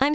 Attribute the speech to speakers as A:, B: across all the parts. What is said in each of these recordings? A: I'm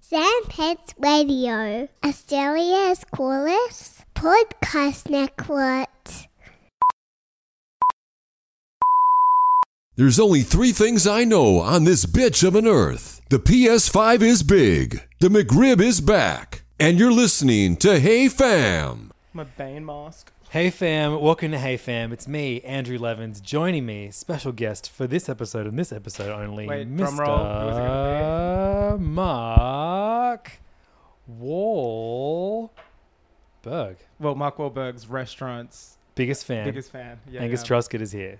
B: Sam Pets Radio, Australia's coolest podcast network.
C: There's only three things I know on this bitch of an earth. The PS5 is big, the McRib is back, and you're listening to Hey Fam.
D: My Bane mask.
E: Hey fam, welcome to Hey Fam. It's me, Andrew Levins, joining me, special guest for this episode and this episode only,
D: Wait,
E: Mr.
D: drum roll. Who is it gonna
E: Mark Wahlberg.
D: Well, Mark Wahlberg's restaurants.
E: Biggest fan.
D: Biggest fan. Yeah,
E: Angus
D: yeah.
E: Truscott is here.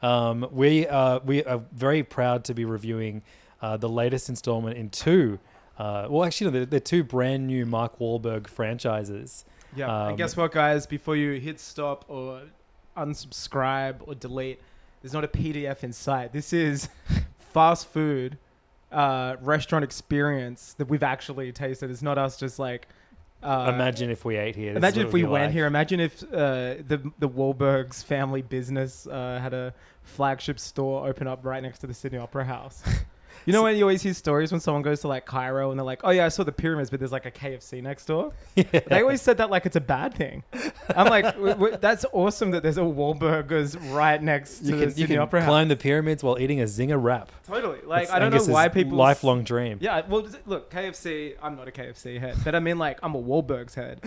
E: Um, we, uh, we are very proud to be reviewing uh, the latest installment in two. Uh, well, actually, no, they're, they're two brand new Mark Wahlberg franchises.
D: Yeah.
E: Um,
D: and guess what, guys? Before you hit stop or unsubscribe or delete, there's not a PDF in sight. This is fast food uh, restaurant experience that we've actually tasted. It's not us just like. Uh,
E: Imagine if we ate here. This is
D: Imagine
E: what
D: if
E: it'd
D: we
E: be
D: went
E: like.
D: here. Imagine if uh, the the Wahlbergs family business uh, had a flagship store open up right next to the Sydney Opera House. You know when you always hear stories when someone goes to like Cairo and they're like, "Oh yeah, I saw the pyramids, but there's like a KFC next door." They always said that like it's a bad thing. I'm like, w- w- that's awesome that there's a Wahlburgers right next to
E: You
D: the
E: can,
D: Sydney
E: you can
D: Opera
E: climb
D: House.
E: the pyramids while eating a zinger wrap.
D: Totally. Like
E: It's
D: I don't
E: Angus's
D: know why people
E: lifelong dream.
D: Yeah, well, look, KFC. I'm not a KFC head, but I mean, like, I'm a Wahlbergs head.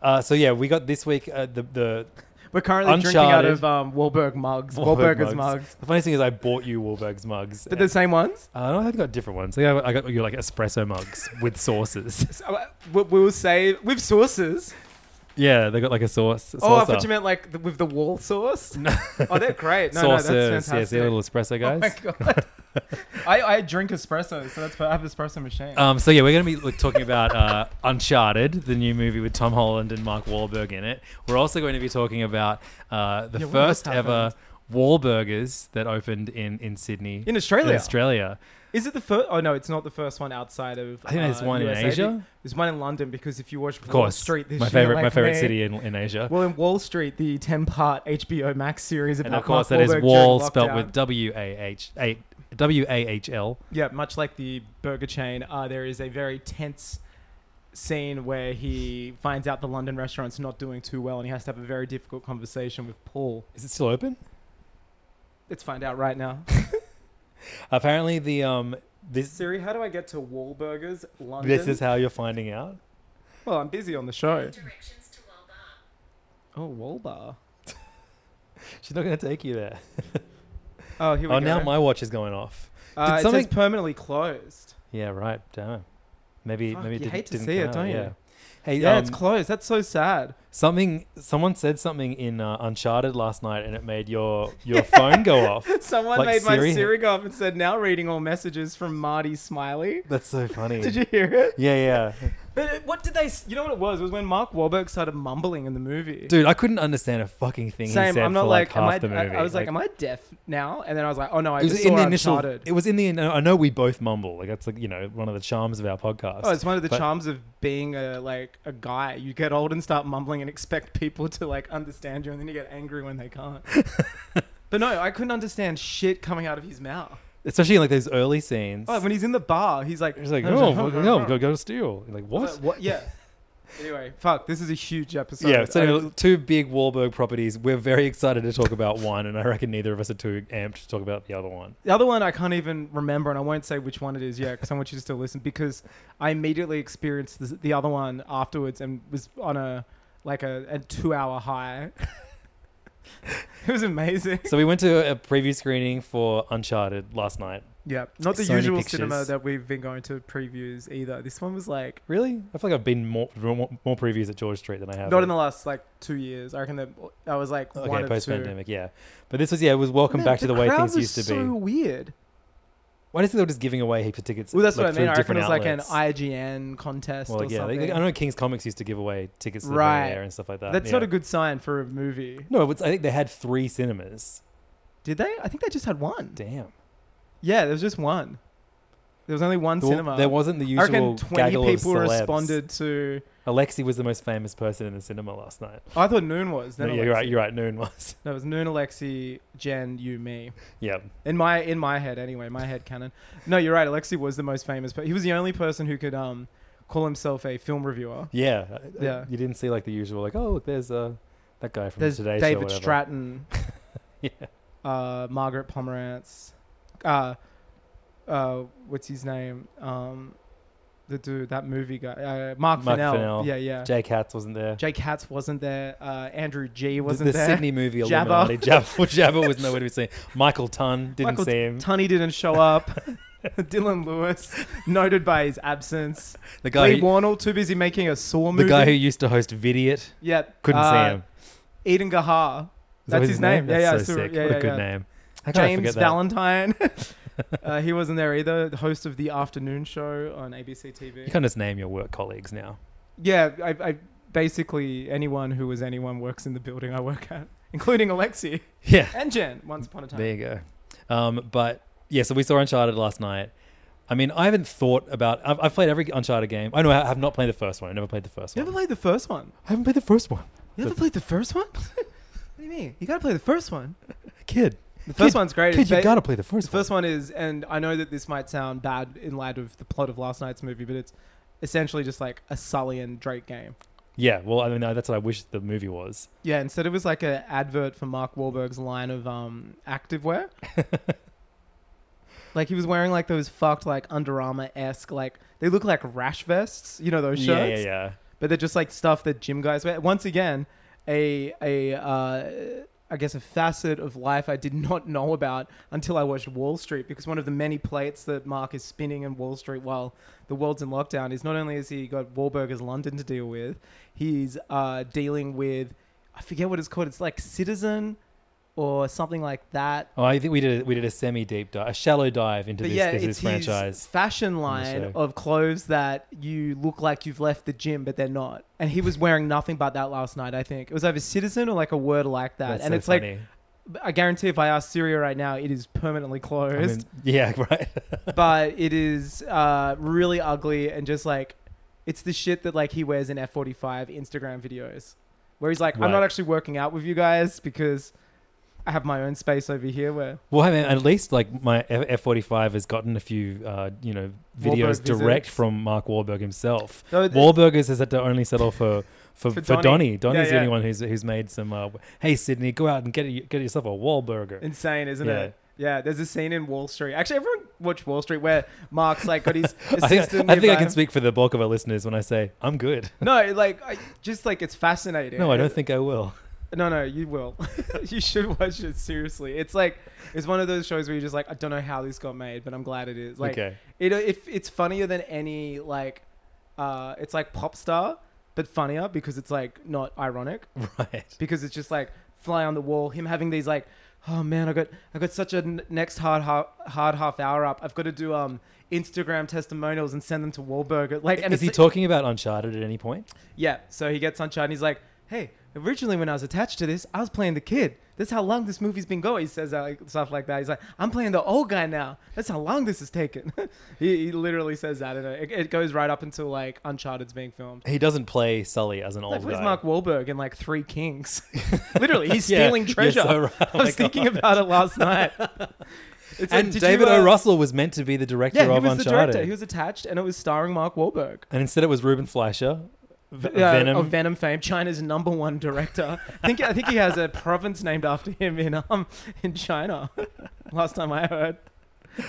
E: Uh, so yeah, we got this week uh, the the
D: We're currently drinking out
E: Uncharted.
D: of um, Wahlberg mugs, Wahlburgers mugs.
E: The funny thing is, I bought you Wahlberg's mugs.
D: But the same ones.
E: uh, no, I think I got different ones. I got, I got you like espresso mugs with sauces.
D: So, uh, we- We'll say with sauces.
E: yeah, they got like a sauce.
D: Oh,
E: A
D: I
E: saucer.
D: thought you meant like the, with the wall sauce. Oh, they're great. No,
E: sauces.
D: no, that's
E: yeah, see
D: fantastic.
E: a little espresso,
D: Oh my
E: guys.
D: god. I, I drink espresso, so that's per- I have an espresso machine.
E: Um, so yeah, we're going to be like, talking about uh, Uncharted, the new movie with Tom Holland and Mark Wahlberg in it. We're also going to be talking about uh, the
D: Yeah, what else
E: first ever Wahlburgers that opened in in Sydney,
D: In Australia?
E: In Australia,
D: Is it the first? Oh no, it's not the first one outside of. uh,
E: I think there's one in
D: USA.
E: Asia?
D: There's one in London because if you watch
E: of
D: Wall
E: course.
D: Street this
E: my
D: year,
E: favorite, my
D: like
E: favorite
D: me-
E: city in, in Asia.
D: Well, in Wall Street, the ten-part HBO Max series about
E: and of course,
D: Mark
E: that is
D: Wahlberg during
E: Wall spelt
D: lockdown.
E: with W A H A W A H L.
D: Yeah, much like the burger chain, uh, there is a very tense scene where he finds out the London restaurant's not doing too well and he has to have a very difficult conversation with Paul.
E: Is it still open?
D: Let's find out right now.
E: Apparently, the um this
D: Siri, how do I get to Wahlburgers, London?
E: this is how you're finding out.
D: Well, I'm busy on the show. Oh, Wahlbar.
E: She's not going to take you there.
D: Oh, here we
E: Oh,
D: go.
E: now my watch is going off.
D: uh,
E: Did
D: it
E: something
D: says permanently closed.
E: Yeah, right. Damn. it. Maybe
D: Fuck,
E: maybe it
D: you
E: didn't,
D: hate to
E: didn't
D: see
E: come
D: it,
E: out,
D: don't you?
E: yeah. Hey,
D: Yeah,
E: um,
D: it's closed. That's so sad.
E: something. Someone said something in uh, Uncharted last night, and it made your your phone go off.
D: Someone
E: Like
D: made my
E: Siri-
D: Siri go up and said, "Now reading all messages from Marty Smiley."
E: That's so funny.
D: Did you hear it?
E: Yeah, yeah.
D: But it- what did they? s- You know what it was? It was when Mark Wahlberg started mumbling in the movie.
E: Dude, I couldn't understand a fucking thing he
D: Same.
E: said
D: I'm not
E: for
D: like,
E: like,
D: am
E: half
D: I,
E: the movie.
D: I, I was like, am I deaf now? And then I was like, oh no, I
E: It was
D: just
E: in
D: saw
E: the initial.
D: Uncharted.
E: It was in the. I know we both mumble. Like that's like you know one of the charms of our podcast.
D: Oh, it's one of the
E: But-
D: charms of being a like a guy. You get old and start mumbling and expect people to like understand you, and then you get angry when they can't. but no, I couldn't understand shit coming out of his mouth.
E: Especially in like those early scenes.
D: Oh, when he's in the bar, he's like,
E: He's like, oh, no, go, go steal. Like
D: I
E: what?
D: was like, Uh, what? Yeah. Anyway, fuck, this is a huge episode.
E: yeah, so
D: I-
E: anyway, two big Wahlberg properties. We're very excited to talk about one, and I reckon neither of us are too amped to talk about the other one.
D: The other one I can't even remember, and I won't say which one it is yet because I want you to still listen because I immediately experienced this, the other one afterwards and was on a like a, a two hour high. it was amazing.
E: So we went to a preview screening for Uncharted last night.
D: Yeah, not the
E: Sony
D: usual
E: Pictures.
D: cinema that we've been going to previews either. This one was like
E: Really? I feel like I've been more more, more previews at George Street than I have.
D: not
E: at-
D: in the last like two years. I reckon that I was like one
E: okay
D: of
E: post
D: two. Oh,
E: pandemic. Yeah, but this was yeah. It was welcome
D: Man,
E: back to the, way
D: crowd
E: things
D: was
E: used to
D: so
E: be.
D: weird.
E: Why do you think they were just giving away heaps of tickets?
D: Well, that's
E: like,
D: what I
E: through
D: mean. I reckon
E: different
D: it was like an
E: outlets?
D: IGN contest
E: Well,
D: or
E: yeah,
D: something.
E: they, I know King's Comics used to give away tickets to
D: Right.
E: the Bel Air and stuff like that.
D: That's
E: yeah.
D: not a good sign for a movie.
E: No, it's, I think they had three cinemas.
D: Did they? I think they just had one.
E: Damn.
D: Yeah, there was just one. There was only one
E: There-
D: cinema.
E: There wasn't the
D: I
E: usual
D: reckon twenty
E: gaggle
D: people
E: of celebs.
D: responded to. oh,
E: Alexi was the most famous person in the cinema last night.
D: I thought Noon was.
E: No,
D: Then
E: yeah, you're right.
D: Alexi.
E: You're right. Noon was.
D: No, it was Noon, Alexi, Jen, you, me.
E: yeah.
D: In my in my head, anyway, my head canon. No, you're right. Alexi was the most famous, but he was the only person who could um call himself a film reviewer.
E: Yeah. uh,
D: Yeah.
E: You didn't see like the usual, like, oh, look, there's uh, that guy from
D: There's
E: today's show.
D: David
E: whatever.
D: Stratton,
E: Yeah.
D: uh, Margaret Pomerantz, uh, uh, what's his name? Um, the dude, that movie guy, uh, Mark,
E: Mark
D: Fennell.
E: Fennell.
D: Yeah, yeah.
E: Jay Katz wasn't there.
D: Jake Hatz wasn't there. Uh, Andrew G
E: The-
D: wasn't
E: the
D: there.
E: Sydney movie
D: Jabba.
E: Illuminati. Jabba, Jabba was nowhere to be seen. Michael Tunn didn't
D: Michael
E: see him.
D: Tunney didn't show up. Dylan Lewis, noted by his absence.
E: the guy,
D: Lee
E: who,
D: Warnell, too busy making a Saw
E: the
D: movie.
E: guy who used to host Vidiot,
D: Yep.
E: couldn't
D: Uh,
E: see him.
D: Eden Gahar.
E: Is that
D: That's
E: his, name.
D: Yeah, yeah.
E: That's so
D: Sur-
E: sick.
D: yeah,
E: what
D: yeah,
E: a good
D: yeah.
E: name. How can I
D: James
E: forget that?
D: Valentine. uh, he wasn't there either. The host of the afternoon show on ABC
E: You
D: TV.
E: can just name your work colleagues now.
D: Yeah, I, I basically anyone who was anyone works in the building I work at, including Alexi
E: Yeah.
D: and Jen. Once upon a time.
E: There you go. Um, but yeah, so we saw Uncharted last night. I mean, I haven't thought about. I've, I've played every Uncharted game. I know I have not played the first one. I never played the first
D: You
E: one.
D: ever played the first one?
E: I haven't played the first one.
D: You
E: The-
D: ever played the first one? what do you mean? You gotta play the first one.
E: Kid,
D: The first
E: Kid-
D: one's great.
E: kid,
D: It's
E: you
D: ba-
E: gotta play the first.
D: The first one is, and I know that this might sound bad in light of the plot of last night's movie, but it's essentially just like a Sully and Drake game.
E: Yeah. Well, I mean, that's what I wish the movie was.
D: Yeah, instead it was like an advert for Mark Wahlberg's line of um activewear. like he was wearing like those fucked like Under Armour esque like they look like rash vests, you know those shirts.
E: Yeah, yeah, yeah.
D: but they're just like stuff that gym guys wear. Once again, a a uh, I guess a facet of life I did not know about until I watched Wall Street because one of the many plates that Mark is spinning in Wall Street while the world's in lockdown is not only has he got Wahlburgers London to deal with, he's uh, dealing with I forget what it's called. It's like Citizen or something like that.
E: Oh, I think we did a, we did a semi deep dive, a shallow dive into
D: But
E: this,
D: yeah,
E: this,
D: it's
E: this franchise.
D: his fashion line
E: show.
D: of clothes that you look like you've left the gym, but they're not. And he was wearing nothing but that last night. I think it was either Citizen or like a word like that.
E: That's
D: and
E: so
D: it's
E: funny.
D: like I guarantee if I ask Syria right now, it is permanently
E: I mean,
D: closed.
E: yeah, right.
D: but it is uh, really ugly and just like it's the shit that like he wears in F45 Instagram videos, where he's like,
E: Right.
D: I'm not actually working out with you guys because I have my own space over here where
E: Well, I mean, at least like my F forty five has gotten a few, uh, you know, videos
D: Wahlberg
E: direct
D: visits.
E: from Mark Wahlberg himself.
D: No, th-
E: Wahlbergers has had to only settle for for, for,
D: For Donnie.
E: Donnie. Donnie's
D: Yeah,
E: the
D: yeah.
E: only one who's who's made some. Uh, hey, Sydney, go out and get a, get yourself a Wahlburger.
D: Insane, isn't
E: Yeah.
D: it? Yeah, there's a scene in Wall Street. Actually, everyone watch Wall Street where Mark's like got his
E: I think,
D: assistant.
E: I, think I
D: nearby.
E: can speak for the bulk of our listeners when I say I'm good.
D: No, like I, just like it's fascinating.
E: No, I don't think I will.
D: No, no, you will. you should watch it seriously. It's like it's one of those shows where you're just like, I don't know how this got made, but I'm glad it is. Like,
E: Okay.
D: it, if it's funnier than any like, uh, it's like pop star, but funnier because it's like not ironic.
E: Right.
D: because it's just like fly on the wall. Him having these like, oh man, I got I got such a n- next hard ha- hard half hour up. I've got to do um Instagram testimonials and send them to Wahlberg. Like, and
E: is he
D: it's-
E: talking about Uncharted at any point?
D: Yeah. So he gets on Chad and he's like, hey, originally when I was attached to this, I was playing the kid. That's how long this movie's been going. He says that, like, stuff like that. He's like, I'm playing the old guy now. That's how long this has taken. he, he literally says that, and it, it goes right up until like Uncharted's being filmed.
E: He doesn't play Sully as an
D: Like,
E: old
D: where's
E: guy.
D: Mark Wahlberg in like Three Kings? Literally, he's
E: Yeah,
D: stealing
E: you're
D: treasure.
E: so right. Oh
D: I
E: my
D: was thinking
E: God.
D: about it last night. It's like,
E: and
D: did you,
E: David
D: uh,
E: O. Russell was meant to be the director
D: Yeah, he
E: of
D: was the
E: Uncharted.
D: director. He was attached, and it was starring Mark Wahlberg.
E: and instead it was Ruben Fleischer V-
D: Yeah,
E: Venom.
D: of Venom fame, China's number one director. I think I think he has a province named after him in um in China. Last time I heard,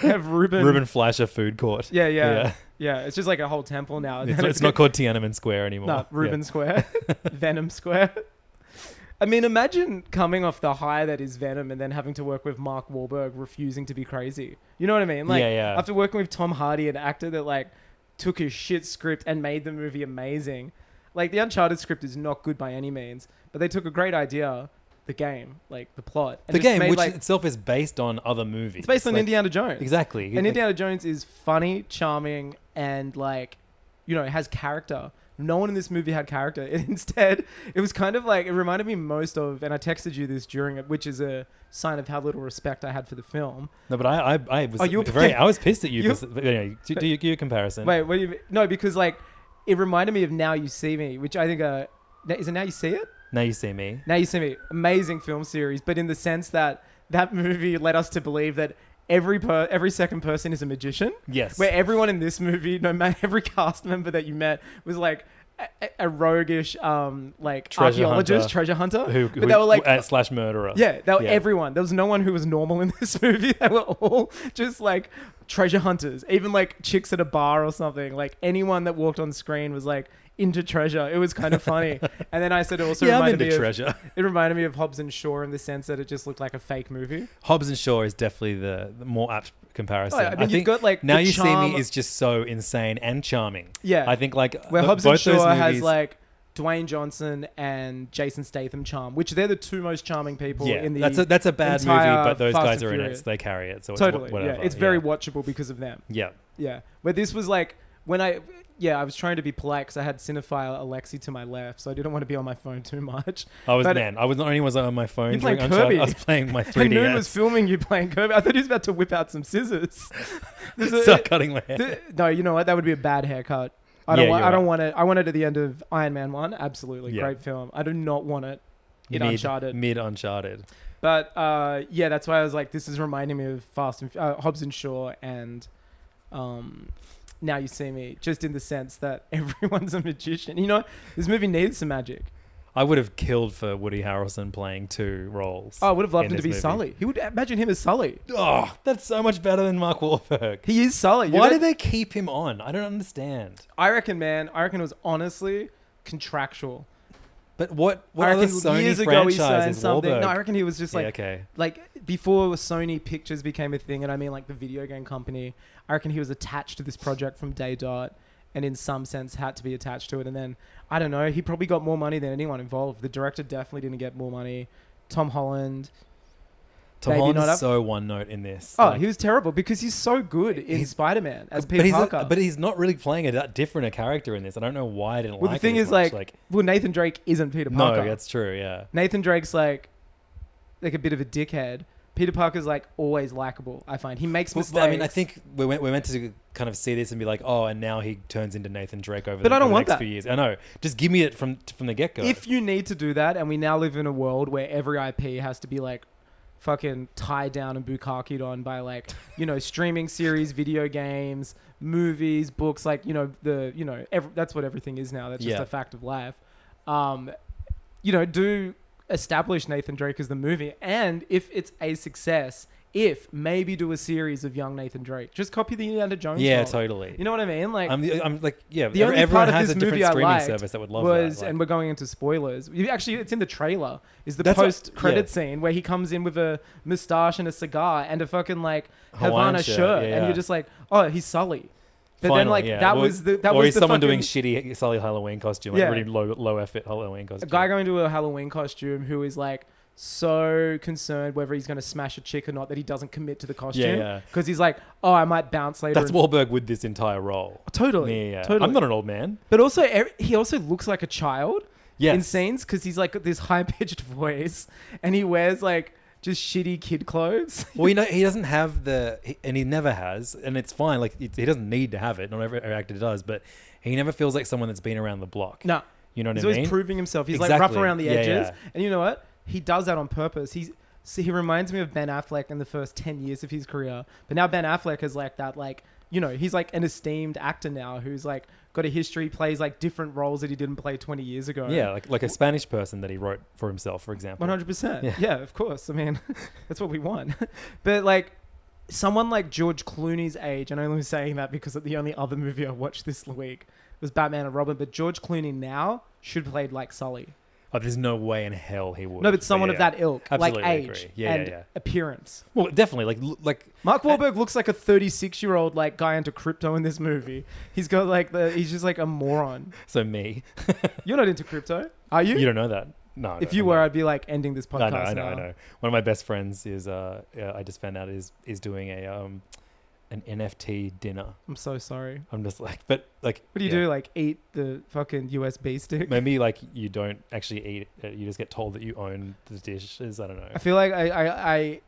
D: have Ruben.
E: Ruben Fleischer Food Court.
D: Yeah, yeah, yeah, It's just like a whole temple now.
E: It's, it's not called Tiananmen Square anymore.
D: no Ruben Square, Venom Square. I mean, imagine coming off the high that is Venom and then having to work with Mark Wahlberg refusing to be crazy. You know what I mean? Like,
E: Yeah, yeah.
D: after working with Tom Hardy, an actor that, like, took his shit script and made the movie amazing. Like, the Uncharted script is not good by any means, but they took a great idea, the game, like, the plot.
E: Yeah.
D: And
E: The
D: just
E: game,
D: made,
E: which
D: like,
E: itself is based on other movies.
D: it's based on
E: Like,
D: Indiana Jones.
E: Exactly.
D: And
E: Like,
D: Indiana Jones is funny, charming, and like, you know, has character. No one in this movie had character. Instead, it was kind of like it reminded me most of, and I texted you this during it, which is a sign of how little respect I had for the film.
E: No, but I, I, I was
D: Oh, you were-
E: very, I was pissed at you.
D: you-
E: for, but anyway, do, do, you- do your comparison.
D: Wait, what do you mean? No, because like it reminded me of Now You See Me, which I think uh, is it Now You See It?
E: Now you see me.
D: Now You See Me, amazing film series, but in the sense that that movie led us to believe that every per- every second person is a magician.
E: Yes.
D: Where everyone in this movie, no matter every cast member that you met, was like a, a- a roguish, um, like
E: Treasure
D: archaeologist,
E: hunter.
D: treasure hunter.
E: Who,
D: but
E: who-
D: they were like,
E: uh, slash murderer.
D: yeah, they were everyone. There was no one who was normal in this movie. They were all just like treasure hunters. Even like chicks at a bar or something. Like anyone that walked on screen was like into treasure. It was kind of funny. and then I said it also
E: Yeah, I'm
D: reminded
E: into
D: me of
E: treasure.
D: it reminded me of Hobbs and Shaw in the sense that it just looked like a fake movie.
E: Hobbs and Shaw is definitely the, the more apt comparison.
D: Oh, yeah, I mean, you've got, like,
E: now
D: the
E: you see
D: charm-
E: me is just so insane and charming.
D: Yeah.
E: I think like
D: where
E: th-
D: Hobbs and
E: both those
D: Shaw has
E: movies-
D: like Dwayne Johnson and Jason Statham charm, which they're the two most charming people
E: yeah,
D: in the
E: that's a that's a bad movie,
D: entire
E: but those
D: Fast
E: guys
D: and
E: are in it,
D: Furious.
E: so they carry it. So it's wha-
D: totally,
E: whatever.
D: yeah, it's very watchable because of them.
E: yeah.
D: Yeah, where this was like when I yeah I was trying to be polite because I had cinephile Alexi to my left, so I didn't want to be on my phone too much.
E: I was
D: But-
E: man. I was not only was I on my phone
D: You
E: during
D: playing Kirby?
E: Uncharted, I was playing my 3DS.
D: I knew he was filming you playing Kirby. I thought he was about to whip out some scissors. There's a-
E: Start cutting my hair.
D: th- no, you know what? That would be a bad haircut. I don't.
E: Yeah,
D: want,
E: you're
D: I don't
E: right.
D: want it. I want it at the end of Iron Man One. Absolutely
E: Yeah.
D: great film. I do not want it in
E: mid,
D: Uncharted.
E: Mid Uncharted.
D: But uh, yeah, that's why I was like, this is reminding me of Fast and uh, Hobbs and Shaw and um, Now You See Me, just in the sense that everyone's a magician. You know, this movie needs some magic.
E: I would have killed for Woody Harrelson playing two roles.
D: Oh, I would have loved
E: in
D: him to
E: this
D: be
E: movie.
D: Sully. He would imagine him as Sully.
E: Oh, that's so much better than Mark Wahlberg.
D: He is Sully. You
E: Why
D: know-
E: do they keep him on? I don't understand.
D: I reckon, man. I reckon it was honestly contractual.
E: But what? What
D: I
E: other
D: reckon
E: Sony
D: years ago he signed
E: franchises
D: something.
E: Wahlberg?
D: No, I reckon he was just
E: Yeah,
D: like
E: okay.
D: like before Sony Pictures became a thing, and I mean like the video game company. I reckon he was attached to this project from day dot, and in some sense had to be attached to it. And then I don't know, he probably got more money than anyone involved. The director definitely didn't get more money. Tom Holland.
E: Tom
D: Maybe
E: Holland
D: not
E: is
D: up-
E: so one note in this.
D: Oh,
E: Like,
D: he was terrible because he's so good in
E: He's-
D: Spider Man as Peter
E: but he's,
D: Parker.
E: but he's not really playing a that different a character in this. I don't know why I didn't
D: well, the
E: like.
D: thing
E: it
D: is
E: as much.
D: like, well, Nathan Drake isn't Peter
E: no,
D: Parker.
E: that's true. Yeah,
D: Nathan Drake's like like a bit of a dickhead. Peter Parker's like always likable. I find he makes
E: Well,
D: mistakes.
E: I mean, I think we're, meant- we're meant to kind of see this and be like, oh, and now he turns into Nathan Drake over.
D: But
E: the,
D: I don't
E: over the
D: want that.
E: next few years. I know. Just give me it from from the get go.
D: if you need to do that, and we now live in a world where every IP has to be like fucking tied down and bukakied on by like you know streaming series, video games, movies, books, like you know the you know ev- that's what everything is now. That's just
E: Yeah.
D: a fact of life. Um, you know, do establish Nathan Drake as the movie, and if it's a success. If maybe do a series of young Nathan Drake, just copy the Indiana Jones.
E: Yeah,
D: role.
E: totally.
D: You know what I mean? Like
E: I'm, the, I'm like, yeah,
D: the
E: ev-
D: only
E: everyone
D: part of
E: has
D: this
E: a different
D: movie I
E: streaming
D: liked
E: service that would love
D: was,
E: that. like-
D: and we're going into spoilers. You- Actually, it's in the trailer. Is the
E: That's what-
D: post credit
E: yeah.
D: scene where he comes in with a mustache and a cigar and a fucking like
E: Hawaiian
D: Havana
E: shirt,
D: shirt,
E: yeah,
D: and
E: yeah.
D: you're just like, oh, he's Sully. But then
E: Finally,
D: like
E: yeah.
D: that
E: Or-
D: was the that
E: or
D: was
E: is
D: the
E: someone
D: fucking,
E: doing shitty Sully Halloween costume, like
D: Yeah.
E: really low low effort Halloween
D: a
E: costume.
D: guy going to a Halloween costume who is like so concerned whether he's going to smash a chick or not that he doesn't commit to the costume
E: yeah.
D: he's like, oh, I might bounce later.
E: That's
D: and-
E: Wahlberg with this entire role.
D: Totally,
E: Yeah, yeah.
D: totally.
E: I'm not an old man.
D: But also, er- he also looks like a child in
E: Yes.
D: scenes because he's like got this high pitched voice and he wears like just shitty kid clothes.
E: Well, you know, he doesn't have the, he- and he never has, and it's fine. Like it, he doesn't need to have it. Not every every actor does, but he never feels like someone that's been around the block.
D: No.
E: you know what
D: he's
E: I
D: always
E: mean.
D: proving himself. He's like rough
E: Exactly.
D: around the
E: Yeah,
D: edges.
E: yeah.
D: And you know what? He does that on purpose. He's see, he reminds me of Ben Affleck in the first ten years of his career. But now Ben Affleck is like that like you know, he's like an esteemed actor now who's like got a history, plays like different roles that he didn't play 20 years ago.
E: Yeah, like like a Spanish person that he wrote for himself, for example.
D: One hundred percent.
E: Yeah.
D: Yeah, of course. I mean, that's what we want. but like, someone like George Clooney's age, and I'm only saying that because the only other movie I watched this week was Batman and Robin. But George Clooney now should play like Sully.
E: Oh, there's no way in hell he would.
D: No, but someone
E: yeah.
D: of that ilk,
E: Absolutely
D: like age
E: agree. Yeah,
D: and
E: yeah, yeah.
D: appearance.
E: Well, definitely. Like l- like
D: Mark Wahlberg looks like a 36 year old like guy into crypto in this movie. He's got like the he's just like a moron.
E: so me.
D: You're not into crypto, are you?
E: you don't know that. No.
D: if
E: no,
D: you
E: I'm
D: were,
E: not.
D: I'd be like ending this podcast.
E: I know, I know, I
D: now.
E: know. One of my best friends is uh, uh I just found out is is doing a um an NFT dinner.
D: I'm so sorry.
E: I'm just like, but like,
D: What do you
E: yeah.
D: do? Like eat the fucking USB stick?
E: Maybe like you don't actually eat it. You just get told that you own the dishes. I don't know.
D: I feel like I I. I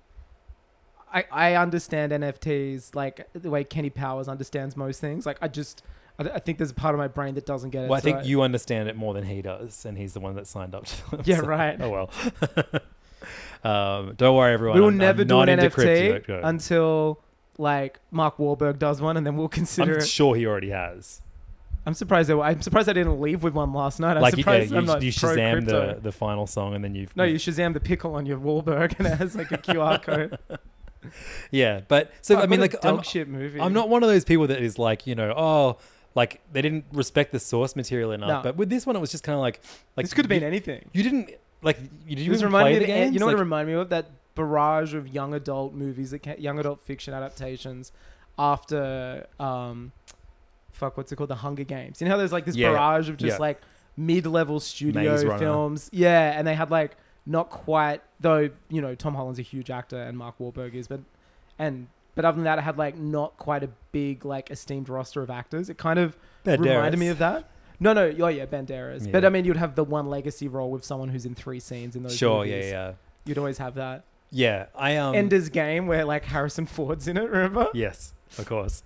D: I, I understand NFTs like the way Kenny Powers understands most things. Like I just, I, I think there's a part of my brain that doesn't get it.
E: Well, I
D: so
E: think you understand it more than he does, and he's the one that signed up to them.
D: Yeah, right.
E: Oh well. um, don't worry, everyone.
D: We will
E: I'm-
D: never
E: I'm
D: do
E: not
D: an
E: into
D: NFT
E: crypto.
D: until like Mark Wahlberg does one, and then we'll consider.
E: I'm
D: it.
E: sure he already has.
D: I'm surprised. They were, I'm surprised I didn't leave with one last night. I'm
E: like, yeah,
D: surprised
E: you,
D: I'm not
E: you
D: pro
E: Shazam
D: crypto.
E: the, the final song, and then you've
D: no, you Shazam the pickle on your Wahlberg, and it has like a QR code.
E: yeah. But so
D: Fuck,
E: I mean,
D: what a
E: like,
D: dog
E: I'm,
D: shit movie.
E: I'm not one of those people that is like, you know, oh, like they didn't respect the source material
D: No.
E: enough. But with this one, it was just kind of like, like
D: this could have been
E: you-
D: anything.
E: You didn't like. You didn't
D: this
E: even
D: reminded
E: play
D: me
E: the
D: of Ant-
E: games?
D: You know
E: like,
D: what it reminded me of? That barrage of young adult movies, that ca- young adult fiction adaptations after, um, fuck, what's it called? The Hunger Games. You know how there's like this
E: Yeah, yeah.
D: barrage of just
E: Yeah.
D: like mid-level
E: Maze
D: studio
E: Runner.
D: films. Yeah, and they had like not quite though. You know, Tom Holland's a huge actor, and Mark Wahlberg is, but and. But other than that, it had like not quite a big like esteemed roster of actors. It kind of reminded
E: Banderas.
D: me of that. No, no, oh yeah, Banderas. But
E: Yeah.
D: I mean, you'd have the one legacy role with someone who's in three scenes in those.
E: Sure.
D: movies.
E: Yeah. Yeah.
D: You'd always have that.
E: Yeah. I um.
D: Ender's Game, where like Harrison Ford's in it, remember?
E: Yes, of course.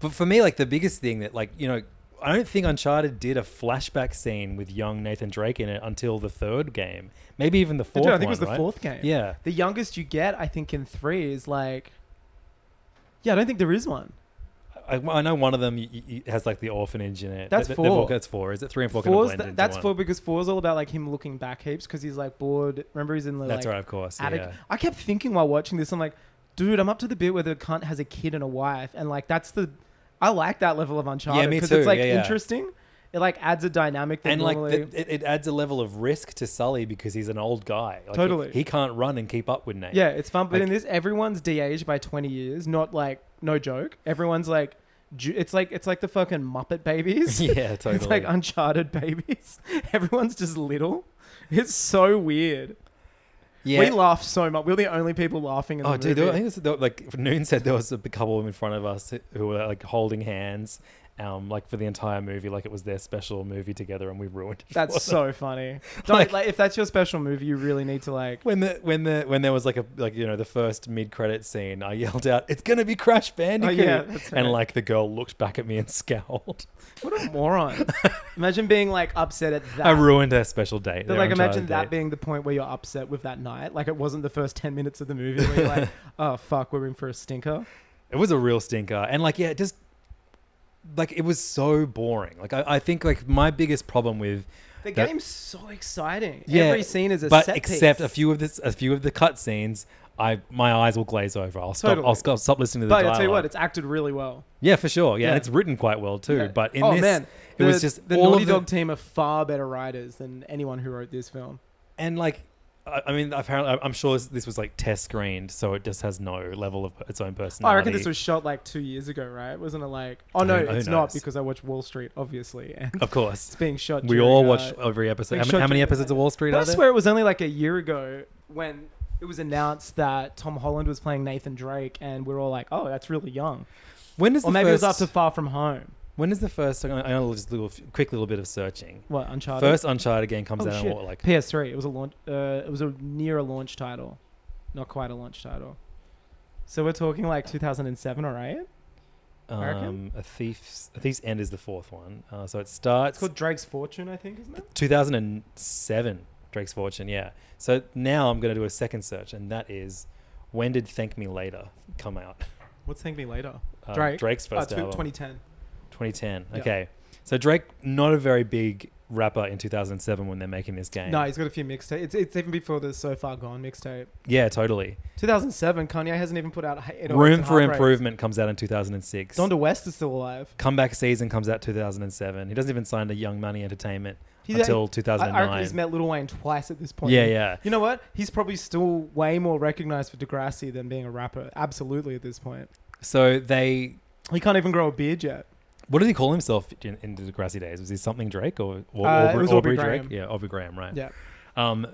E: But for me, like the biggest thing that, like, you know, I don't think Uncharted did a flashback scene with young Nathan Drake in it until the third game, maybe even the
D: I,
E: fourth.
D: do, I think it
E: one,
D: was the
E: right?
D: fourth game.
E: Yeah.
D: The youngest you get, I think, in three is like. Yeah, I don't think there is one.
E: I, I know one of them y- y- y- has like the orphanage in it.
D: That's
E: They've-
D: four.
E: they've all- That's four. Is it three and four? kind of
D: Four's
E: blend
D: th-
E: into
D: that's
E: one?
D: four because four's all about like him looking back heaps because he's like bored. Remember, he's in the
E: That's
D: like
E: right. Of course.
D: attic.
E: Yeah.
D: I kept thinking while watching this, I'm like, dude, I'm up to the bit where the cunt has a kid and a wife, and like that's the. I like that level of Uncharted
E: me
D: because
E: too,
D: it's like
E: yeah, yeah.
D: interesting. It like adds a dynamic that
E: And like
D: normally.
E: the, it, it adds a level of risk to Sully because he's an old guy. Like, he-
D: Totally.
E: He, can't run and keep up with Nate.
D: Yeah, it's fun. But in
E: Like-
D: this, everyone's de-aged by twenty years. Not like no joke. Everyone's like, ju- it's like it's like the fucking Muppet babies.
E: yeah. Totally.
D: It's like Uncharted babies. Everyone's just little. It's so weird.
E: yeah.
D: We laugh so much. We're the only people laughing in the
E: Oh, dude, there,
D: movie.
E: I think this, there, like Noon said, there was a couple in front of us who were like holding hands, um, like for the entire movie, like it was their special movie together, and we ruined it.
D: that's
E: for them.
D: so funny. Don't, like,
E: Like-
D: if that's your special movie, you really need to like.
E: When the when the when there was like a like you know the first mid credit scene, I yelled out, "It's gonna be Crash Bandicoot!"
D: Oh, that's right.
E: and like the girl looked back at me and scowled.
D: What a moron! imagine being like upset at that.
E: I ruined her special date.
D: But
E: their
D: like, imagine that
E: entire date.
D: being the point where you're upset with that night. Like, it wasn't the first ten minutes of the movie where you're like, "Oh fuck, we're in for a stinker."
E: It was a real stinker. And like, yeah, it just like it was so boring. Like I, I think like my biggest problem with
D: The
E: that-
D: game's so exciting.
E: Yeah,
D: Every scene is a
E: but
D: set
E: except
D: piece.
E: a few of this, a few of the cut scenes, I my eyes will glaze over. I'll stop.
D: Totally.
E: I'll stop, stop listening to the
D: But I
E: dialogue.
D: tell you what, it's acted really well.
E: yeah, for sure.
D: Yeah.
E: Yeah, and it's written quite well too.
D: Yeah.
E: But in
D: oh
E: this,
D: man,
E: it
D: the,
E: was just
D: the
E: all
D: Naughty
E: of the-
D: Dog team are far better writers than anyone who wrote this film.
E: and like. I I mean, apparently, I- I'm sure this, this was like test screened, so it just has no level of its
D: Oh,
E: own
D: I
E: personality.
D: reckon this was shot like two years ago, right? Wasn't it like? Oh
E: Who-
D: no,
E: who
D: it's not
E: knows?
D: because I watched Wall Street, obviously, and
E: of course.
D: it's being shot.
E: We
D: during,
E: all
D: uh,
E: watch every episode.
D: we
E: How, many-
D: shot
E: how many
D: during-
E: episodes of Wall Street
D: But I
E: are there?
D: swear it was only like a year ago when it was announced that Tom Holland was playing Nathan Drake, and we are all like, "Oh, that's really young."
E: when is
D: Or
E: the
D: maybe
E: first,
D: it was after Far From Home.
E: When is the first? I'm gonna- I'm gonna just do a f- quick little bit of searching.
D: What Uncharted?
E: First Uncharted game comes
D: oh,
E: out,
D: shit.
E: and what, like
D: PS3. It was a launch. Uh, it was a near a launch title, not quite a launch title. So we're talking like 2007 or 8. I reckon.
E: Um, a thief's a thief's end is the fourth one. Uh, so it starts
D: It's called Drake's Fortune, I think, isn't it?
E: 2007. Drake's fortune, yeah. So now I'm going to do a second search, and that is when did Thank Me Later come out?
D: What's Thank Me Later?
E: um,
D: Drake.
E: Drake's first
D: uh, tw-
E: album.
D: 2010.
E: 2010.
D: Yeah.
E: Okay. So Drake, not a very big rapper in 2007 when they're making this game.
D: No, he's got a few mixtapes. It's, it's even before the So Far Gone mixtape.
E: Yeah, totally.
D: 2007, Kanye hasn't even put out. Hi- It Always
E: Room
D: and
E: for
D: Heartbreak.
E: Improvement comes out in 2006.
D: Donda West is still alive.
E: Comeback Season comes out 2007. He doesn't even sign to Young Money Entertainment
D: He's- I,
E: until
D: I reckon he's
E: 2009.
D: met Lil Wayne twice at this point.
E: Yeah, yeah.
D: You know what? He's probably still way more recognized for Degrassi than being a rapper. Absolutely, at this point,
E: So they,
D: he can't even grow a beard yet.
E: what did he call himself in, in the Degrassi days? Was he something Drake or, or
D: Uh,
E: Aubrey,
D: it was Aubrey
E: Drake?
D: Graham.
E: Yeah, Aubrey Graham, right?
D: Yeah,
E: Um,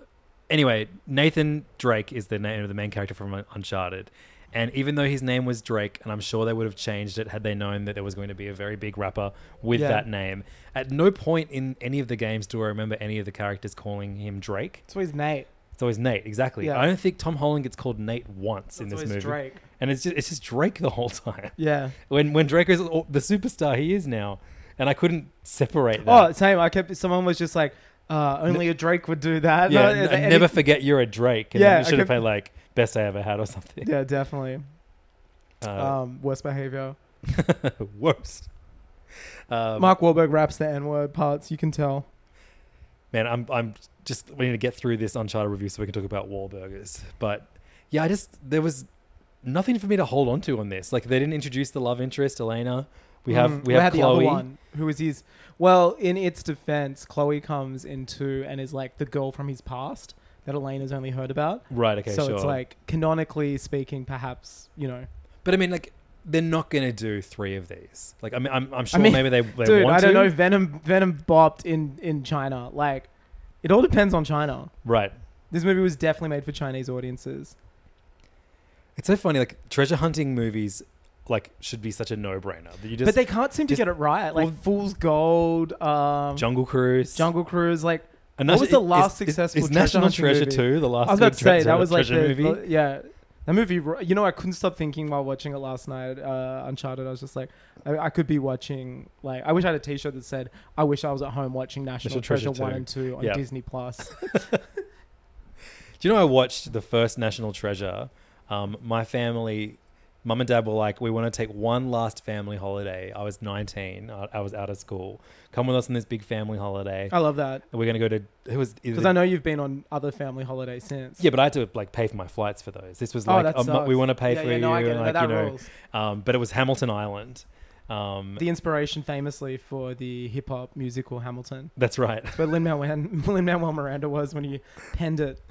E: anyway, Nathan Drake is the name of the main character from Un- Uncharted. And even though his name was Drake, and I'm sure they would have changed it had they known that there was going to be a very big rapper with
D: Yeah.
E: that name, at no point in any of the games do I remember any of the characters calling him Drake.
D: it's always Nate.
E: It's always Nate, exactly.
D: Yeah.
E: I don't think Tom Holland gets called Nate once in
D: It's
E: this
D: always
E: movie.
D: Drake.
E: And it's just, it's just Drake the whole time.
D: Yeah.
E: When when Drake is all- the superstar he is now, and I couldn't separate that.
D: Oh, same. I kept. Someone was just like, uh, only a Drake would do that.
E: yeah,
D: No,
E: n-
D: and-
E: and
D: and
E: never
D: it-
E: forget you're a Drake. And
D: Yeah,
E: then you
D: I
E: should have
D: kept-
E: played like best I ever had or something.
D: yeah, definitely.
E: Uh,
D: Um, worst behavior.
E: worst. Um,
D: Mark Wahlberg raps the N word parts. You can tell.
E: man, I'm I'm just we need to get through this Uncharted review so we can talk about Wahlburgers. But yeah, I just there was nothing for me to hold on to on this. Like they didn't introduce the love interest, Elena. We have
D: Mm,
E: we have
D: had
E: Chloe.
D: the other one who is his. Well, in its defense, Chloe comes into and is like the girl from his past that Elena's only heard about.
E: Right. Okay.
D: so
E: sure.
D: it's like canonically speaking, perhaps you know.
E: but I mean, like they're not gonna do three of these. Like I mean, I'm I'm sure
D: mean,
E: maybe they they
D: Dude,
E: want
D: I don't
E: to.
D: know. Venom, Venom bopped in in China. Like, it all depends on China.
E: Right.
D: This movie was definitely made for Chinese audiences.
E: It's so funny. Like treasure hunting movies, like should be such a no brainer. You just
D: but they can't seem to
E: just-
D: get it right. Like
E: well-
D: Fool's Gold, um,
E: Jungle Cruise.
D: Jungle Cruise. Like
E: And
D: What
E: that's-
D: was the
E: is-
D: last
E: is-
D: successful
E: is
D: Treasure
E: National
D: Hunting
E: Treasure
D: movie?
E: 2 the last
D: I was about
E: good
D: to say,
E: tre-
D: that was like
E: treasure
D: the,
E: movie?
D: the- yeah. That movie, ro- you know, I couldn't stop thinking while watching it last night, uh, Uncharted. I was just like, I, I could be watching, like, I wish I had a t shirt that said, I wish I was at home watching National,
E: National Treasure
D: Treasure, 1
E: 2.
D: and 2 on
E: Yeah.
D: Disney Plus.
E: Do you know I watched the first National Treasure? Um, my family, mum and dad were like, we want to take one last family holiday. I was 19. I, I was out of school. Come with us on this big family holiday.
D: I love that.
E: We're going to go to, it was, it
D: Because Oh. I know you've been on other family holidays since.
E: yeah, but I had to like pay for my flights for those. This was
D: Oh,
E: like,
D: that
E: a mo- we
D: sucks.
E: want to pay
D: Yeah,
E: for
D: yeah,
E: you.
D: no, I get
E: and,
D: it.
E: like,
D: That
E: you know,
D: rules.
E: um, but it was Hamilton Island. Um,
D: The inspiration famously for the hip hop musical Hamilton.
E: that's right.
D: But Lin Manuel Miranda was when he penned it.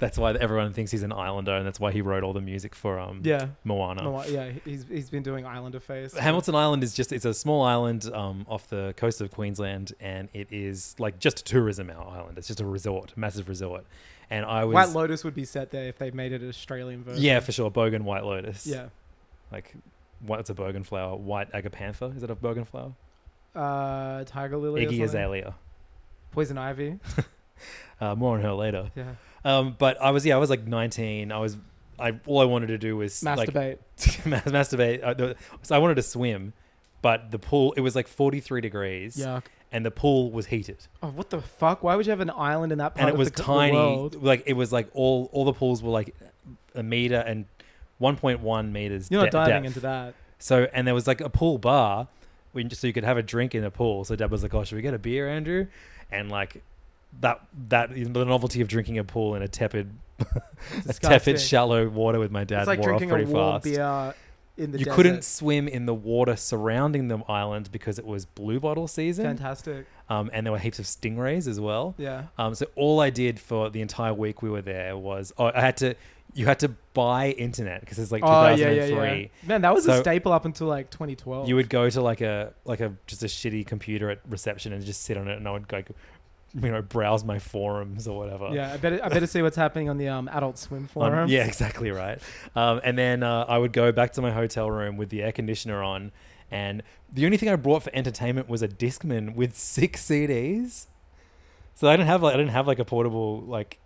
E: That's why everyone thinks he's an islander, and that's why he wrote all the music for um,
D: Yeah.
E: Moana.
D: No, yeah, he's, he's been doing Islander face.
E: Hamilton Island is just it's a small island um, off the coast of Queensland, and it is like just a tourism island. It's just a resort, massive resort. And I was
D: White Lotus would be set there if they made it an Australian version.
E: yeah, for sure, bogan white lotus.
D: Yeah.
E: like what's a bogan flower? White agapantha is it a bogan flower?
D: Uh, Tiger Lily.
E: Iggy
D: or something.
E: azalea.
D: Poison Ivy.
E: Uh, more on her later.
D: Yeah.
E: Um, but I was yeah, I was like nineteen. I was I all I wanted to do was like
D: Masturbate.
E: mas- masturbate. Uh, the- so I wanted to swim, but the pool it was like forty three degrees.
D: Yuck.
E: And the pool was heated.
D: Oh, what the fuck? Why would you have an island in that part
E: and it
D: of
E: was
D: the, co- the
E: tiny.
D: world?
E: Like it was like all all the pools were like a meter and 1.1 meters.
D: You're not
E: de-
D: diving
E: depth.
D: into that.
E: So and there was like a pool bar, when, so you could have a drink in the pool. So Dad was like, "Oh, should we get a beer, Andrew?" And like that that you know, the novelty of drinking a pool in a tepid, a
D: Disgusting.
E: tepid shallow water with my dad
D: It's like
E: wore off
D: drinking a
E: pretty
D: warm
E: fast.
D: beer in the
E: You
D: desert.
E: couldn't swim in the water surrounding the island because it was blue bottle season,
D: Fantastic.
E: um, and there were heaps of stingrays as well.
D: Yeah.
E: Um, so all I did for the entire week we were there was oh, I had to you had to buy internet because it's like
D: Oh
E: 2003.
D: yeah, yeah, yeah. Man, that was a
E: So-
D: staple up until like 2012.
E: You would go to like a like a just a shitty computer at reception and just sit on it, and I would like you know browse my forums or whatever.
D: Yeah, I better I better see what's happening on the um Adult Swim
E: Um,
D: forum.
E: yeah, exactly right. Um, and then uh, I would go back to my hotel room with the air conditioner on, and the only thing I brought for entertainment was a discman with six CDs. So I didn't have like I didn't have like a portable like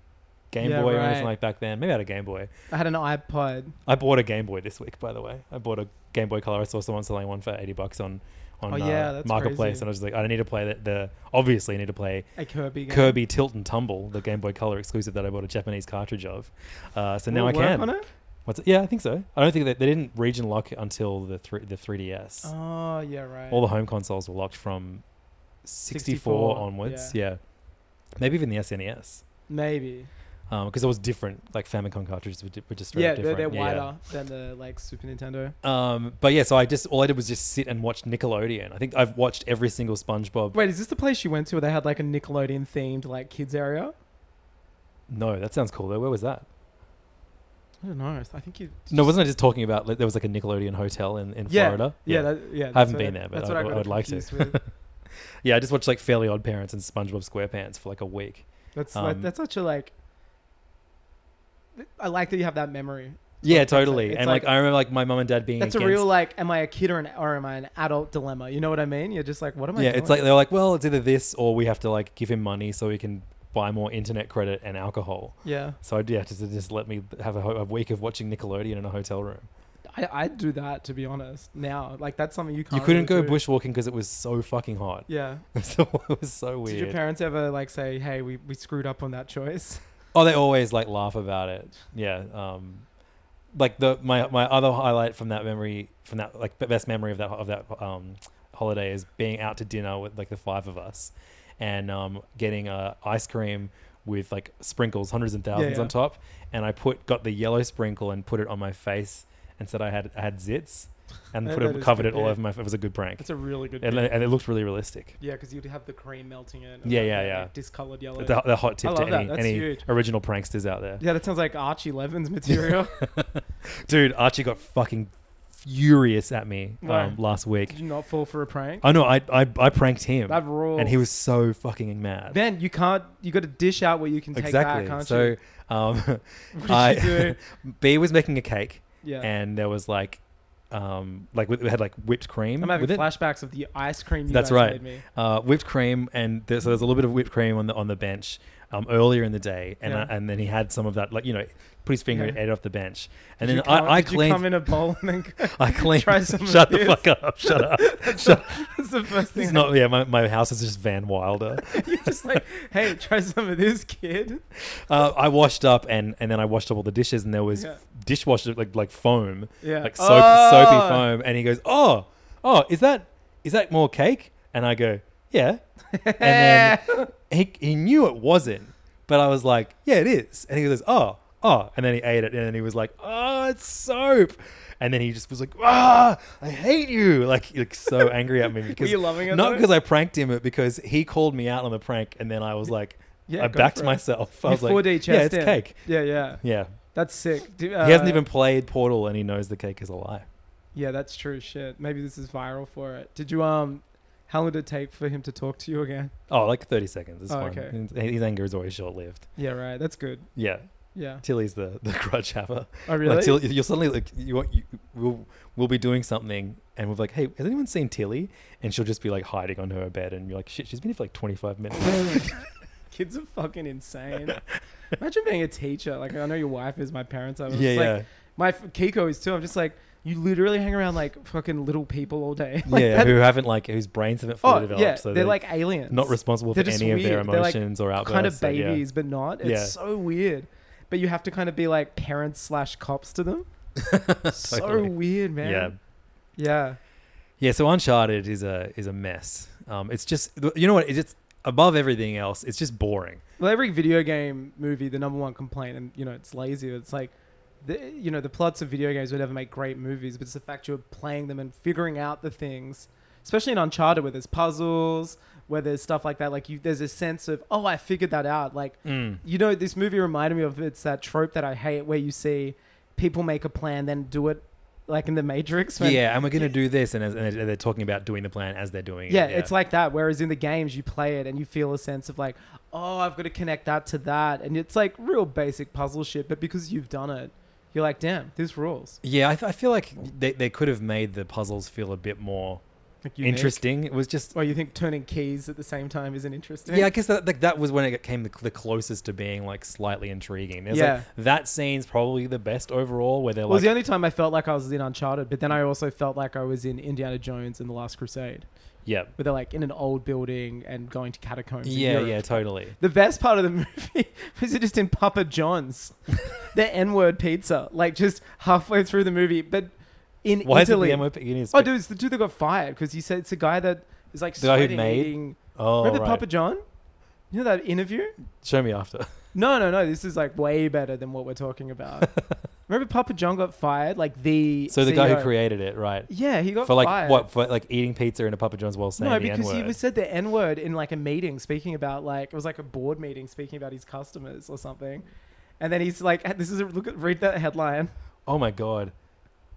E: Game
D: Yeah,
E: Boy or
D: right.
E: anything like back then. Maybe I had a Game Boy.
D: I had an iPod.
E: I bought a Game Boy this week, by the way. I bought a Game Boy Color. I saw someone selling one for eighty bucks on
D: Oh,
E: on uh,
D: yeah, that's
E: marketplace,
D: crazy.
E: and I was just like, I don't need to play the, the obviously I need to play
D: A Kirby. Game.
E: Kirby Tilt and Tumble, the Game Boy Color exclusive that I bought a Japanese cartridge of. Uh, so now
D: Will
E: I
D: it work
E: can.
D: on it?
E: What's it? Yeah, I think so. I don't think they, they didn't region lock it until the three, the 3DS.
D: Oh yeah, right.
E: All the home consoles were locked from 64,
D: 64,
E: onwards. Yeah. Maybe even the E SNES.
D: Maybe.
E: Because um, it was different. Like Famicom cartridges were, di- were just straight
D: Yeah,
E: up
D: they're,
E: different.
D: they're
E: Yeah, yeah.
D: wider than the like Super Nintendo.
E: Um, but yeah, so I just, all I did was just sit and watch Nickelodeon. I think I've watched every single SpongeBob.
D: Wait, is this the place you went to where they had like a Nickelodeon themed like kids area?
E: No, that sounds cool though. Where was that?
D: I don't know. I think you.
E: No, wasn't I just talking about like, there was like a Nickelodeon hotel in, in
D: yeah,
E: Florida?
D: Yeah, yeah. That, yeah that's
E: haven't
D: what
E: been there, but
D: that's
E: I-
D: what
E: I
D: got
E: would like to.
D: confused with.
E: yeah, I just watched like Fairly Odd Parents and SpongeBob SquarePants for like a week.
D: That's
E: Um,
D: like, that's such a like. I like that you have that memory.
E: Yeah,
D: like-
E: totally.
D: it's
E: and like,
D: like-
E: I remember like my mum and dad being
D: That's a
E: against-
D: real like, am I a kid or an or am I an adult dilemma? You know what I mean? You're just like, what am I?
E: yeah,
D: doing?
E: it's like they're like, well, it's either this or we have to like give him money so he can buy more internet credit and alcohol.
D: yeah.
E: So I yeah, just just let me have a, ho- a week of watching Nickelodeon in a hotel room.
D: I I'd do that to be honest. Now, like Oh, that's something you can't.
E: You couldn't go
D: really do.
E: bushwalking because it was so fucking hot.
D: Yeah.
E: so it was so weird.
D: Did your parents ever like say, "Hey, we, we screwed up on that choice"?
E: Oh, they always like laugh about it. Yeah. Um, like the my my other highlight from that memory from that like the best memory of that of that um, holiday is being out to dinner with like the five of us, and um, getting uh, ice cream with like sprinkles, hundreds and thousands
D: yeah.
E: on top, and I put got the yellow sprinkle and put it on my face and said I had I had zits, and
D: That-
E: put
D: that
E: it
D: is
E: covered
D: good,
E: it all
D: yeah.
E: over my. It was a good prank,
D: That's a really good.
E: and,
D: bit.
E: and it looked really realistic.
D: yeah, because you'd have the cream melting in. and
E: Yeah,
D: that,
E: yeah,
D: like,
E: yeah.
D: Discolored yellow.
E: The, the hot tip
D: I
E: to
D: love that.
E: any,
D: That's
E: any
D: huge.
E: original pranksters out there.
D: yeah, that sounds like Archie Levin's material.
E: Dude, Archie got fucking furious at me
D: Why?
E: um, last week.
D: Did you not fall for a prank?
E: I know, I, I I pranked him,
D: That rules.
E: and he was so fucking mad.
D: Ben, you can't. You got to dish out what you can take
E: exactly.
D: back, can't
E: so,
D: you?
E: um,
D: What did
E: I
D: you do?
E: B was making a cake,
D: Yeah.
E: and there was like, um, like we we had like whipped cream.
D: I'm having
E: with it.
D: flashbacks of the ice cream you
E: That's
D: guys
E: right.
D: made me.
E: Uh, whipped cream, and there, so there's a little bit of whipped cream on the on the bench um, earlier in the day, and
D: Yeah.
E: I, and then he had some of that, like you know, put his finger
D: Yeah.
E: and ate it off the bench, and
D: Did
E: then
D: you come,
E: I I
D: did you come
E: cleaned.
D: in a bowl and then
E: I cleaned.
D: try some of
E: shut the
D: this?
E: fuck up! Shut up! shut up!
D: that's the first thing.
E: It's not. Yeah, my, my house is just Van Wilder.
D: You're just like, hey, try some of this, kid.
E: uh, I washed up and and then I washed up all the dishes and there was
D: Yeah.
E: dishwasher like like foam,
D: Yeah.
E: like soap, soapy
D: Oh.
E: foam. And he goes, oh, oh, is that is that more cake? And I go, yeah. And then he he knew it wasn't, but I was like, yeah, it is. And he goes, oh, oh, and then he ate it and then he was like, oh, it's soap. And then he just was like, ah, I hate you. Like, like so angry at me because
D: you loving it
E: not
D: though?
E: because I pranked him, but because he called me out on the prank, and then I was like,
D: Yeah,
E: I
D: go
E: backed
D: for it.
E: myself. I
D: You
E: was like,
D: 4D
E: yeah,
D: chest
E: it's
D: in.
E: cake.
D: Yeah, yeah.
E: Yeah,
D: That's sick. Do-
E: he hasn't
D: uh,
E: even played Portal, and he knows the cake is a lie.
D: Yeah, that's true. Shit. Maybe this is viral for it. Did you um? How long did it take for him to talk to you again?
E: Oh, like thirty seconds. It's
D: Oh,
E: fine.
D: okay.
E: His anger is always short lived.
D: Yeah, right. That's good.
E: Yeah,
D: Yeah.
E: Tilly's the the grudge haver.
D: Oh, really?
E: Like, Tilly, you'll suddenly like you, won't- you we'll we'll be doing something, and we're like, hey, has anyone seen Tilly? And she'll just be like hiding on her bed, and you're like, shit, she's been here for like twenty five minutes.
D: Kids are fucking insane. Imagine being a teacher. Like I know your wife is. My parents are. but
E: Yeah,
D: it's
E: yeah.
D: Like, my f- Kiko is too. I'm just like you. Literally hang around like fucking little people all day. Like
E: yeah,
D: that-
E: who haven't like whose brains haven't fully
D: oh
E: developed,
D: yeah.
E: so
D: they're, like aliens.
E: not responsible for
D: They're just
E: any of their
D: weird. They're, like,
E: emotions or outbursts.
D: Kind of
E: so, yeah.
D: babies, but not. It's
E: Yeah.
D: so weird. But you have to kind of be like parents slash cops to them. So
E: Totally.
D: weird, man.
E: Yeah.
D: Yeah.
E: Yeah, so Uncharted is a is a mess. Um, it's just you know what? It's just above everything else. It's just boring.
D: Well, every video game movie, the number one complaint, and you know, it's lazy. It's like, the, you know, the plots of video games would never make great movies, but it's the fact you're playing them and figuring out the things, especially in Uncharted, where there's puzzles, where there's stuff like that. Like, you, there's a sense of, oh, I figured that out. Like, you know, this movie reminded me of it's that trope that I hate, where you see people make a plan, then do it, like in The Matrix. when-
E: yeah, and we're gonna do this, and, as, and they're- they're talking about doing the plan as they're doing
D: yeah,
E: it.
D: it's like that. Whereas in the games, you play it and you feel a sense of like, oh, I've got to connect that to that, and it's like real basic puzzle shit. But because you've done it, you're like, damn, this rules.
E: yeah. I, th- I feel like they, they could have made the puzzles feel a bit more
D: Like unique.
E: interesting. It was just
D: Well, you think turning keys at the same time isn't interesting?
E: yeah. I guess that like, that was when it came the, the closest to being like slightly intriguing. There's
D: Yeah.
E: like that scene's probably the best overall where they're
D: It was
E: like
D: the only time I felt like I was in Uncharted, but then I also felt like I was in Indiana Jones and the Last Crusade,
E: yeah
D: where they're like in an old building and going to catacombs. in
E: yeah
D: Europe.
E: yeah totally.
D: The best part of the movie is it just in Papa John's, the N-word pizza, like just halfway through the movie, but in
E: Why is it
D: Italy.
E: the MOP? You need to
D: Oh,
E: speak-
D: dude, it's the dude that got fired because he said it's the guy that is like
E: The guy who
D: sweating
E: made?
D: eating.
E: Oh,
D: Remember
E: right.
D: Papa John? You know that interview?
E: Show me after.
D: No, no, no. This is like way better than what we're talking about. Remember Papa John got fired? Like the
E: So the guy who
D: CEO.
E: created it, right?
D: yeah, he got
E: For like
D: fired.
E: what? For like eating pizza in a Papa John's while saying
D: No,
E: the
D: because he
E: N-word.
D: was said the N word in like a meeting, speaking about like it was like a board meeting, speaking about his customers or something. And then he's like, "This is a look at read that headline."
E: Oh my god.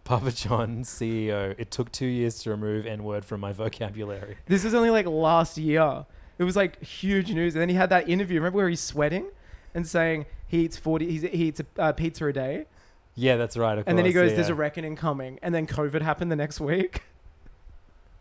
E: Papa John CEO. It took two years to remove N word from my vocabulary.
D: This was only like last year. It was like huge news. And then he had that interview. Remember where he's sweating and saying he eats forty, he's, he eats a uh, pizza a day,
E: Yeah, that's right. Of
D: and then he
E: course,
D: goes, "There's
E: yeah.
D: a reckoning coming." And then COVID happened the next week.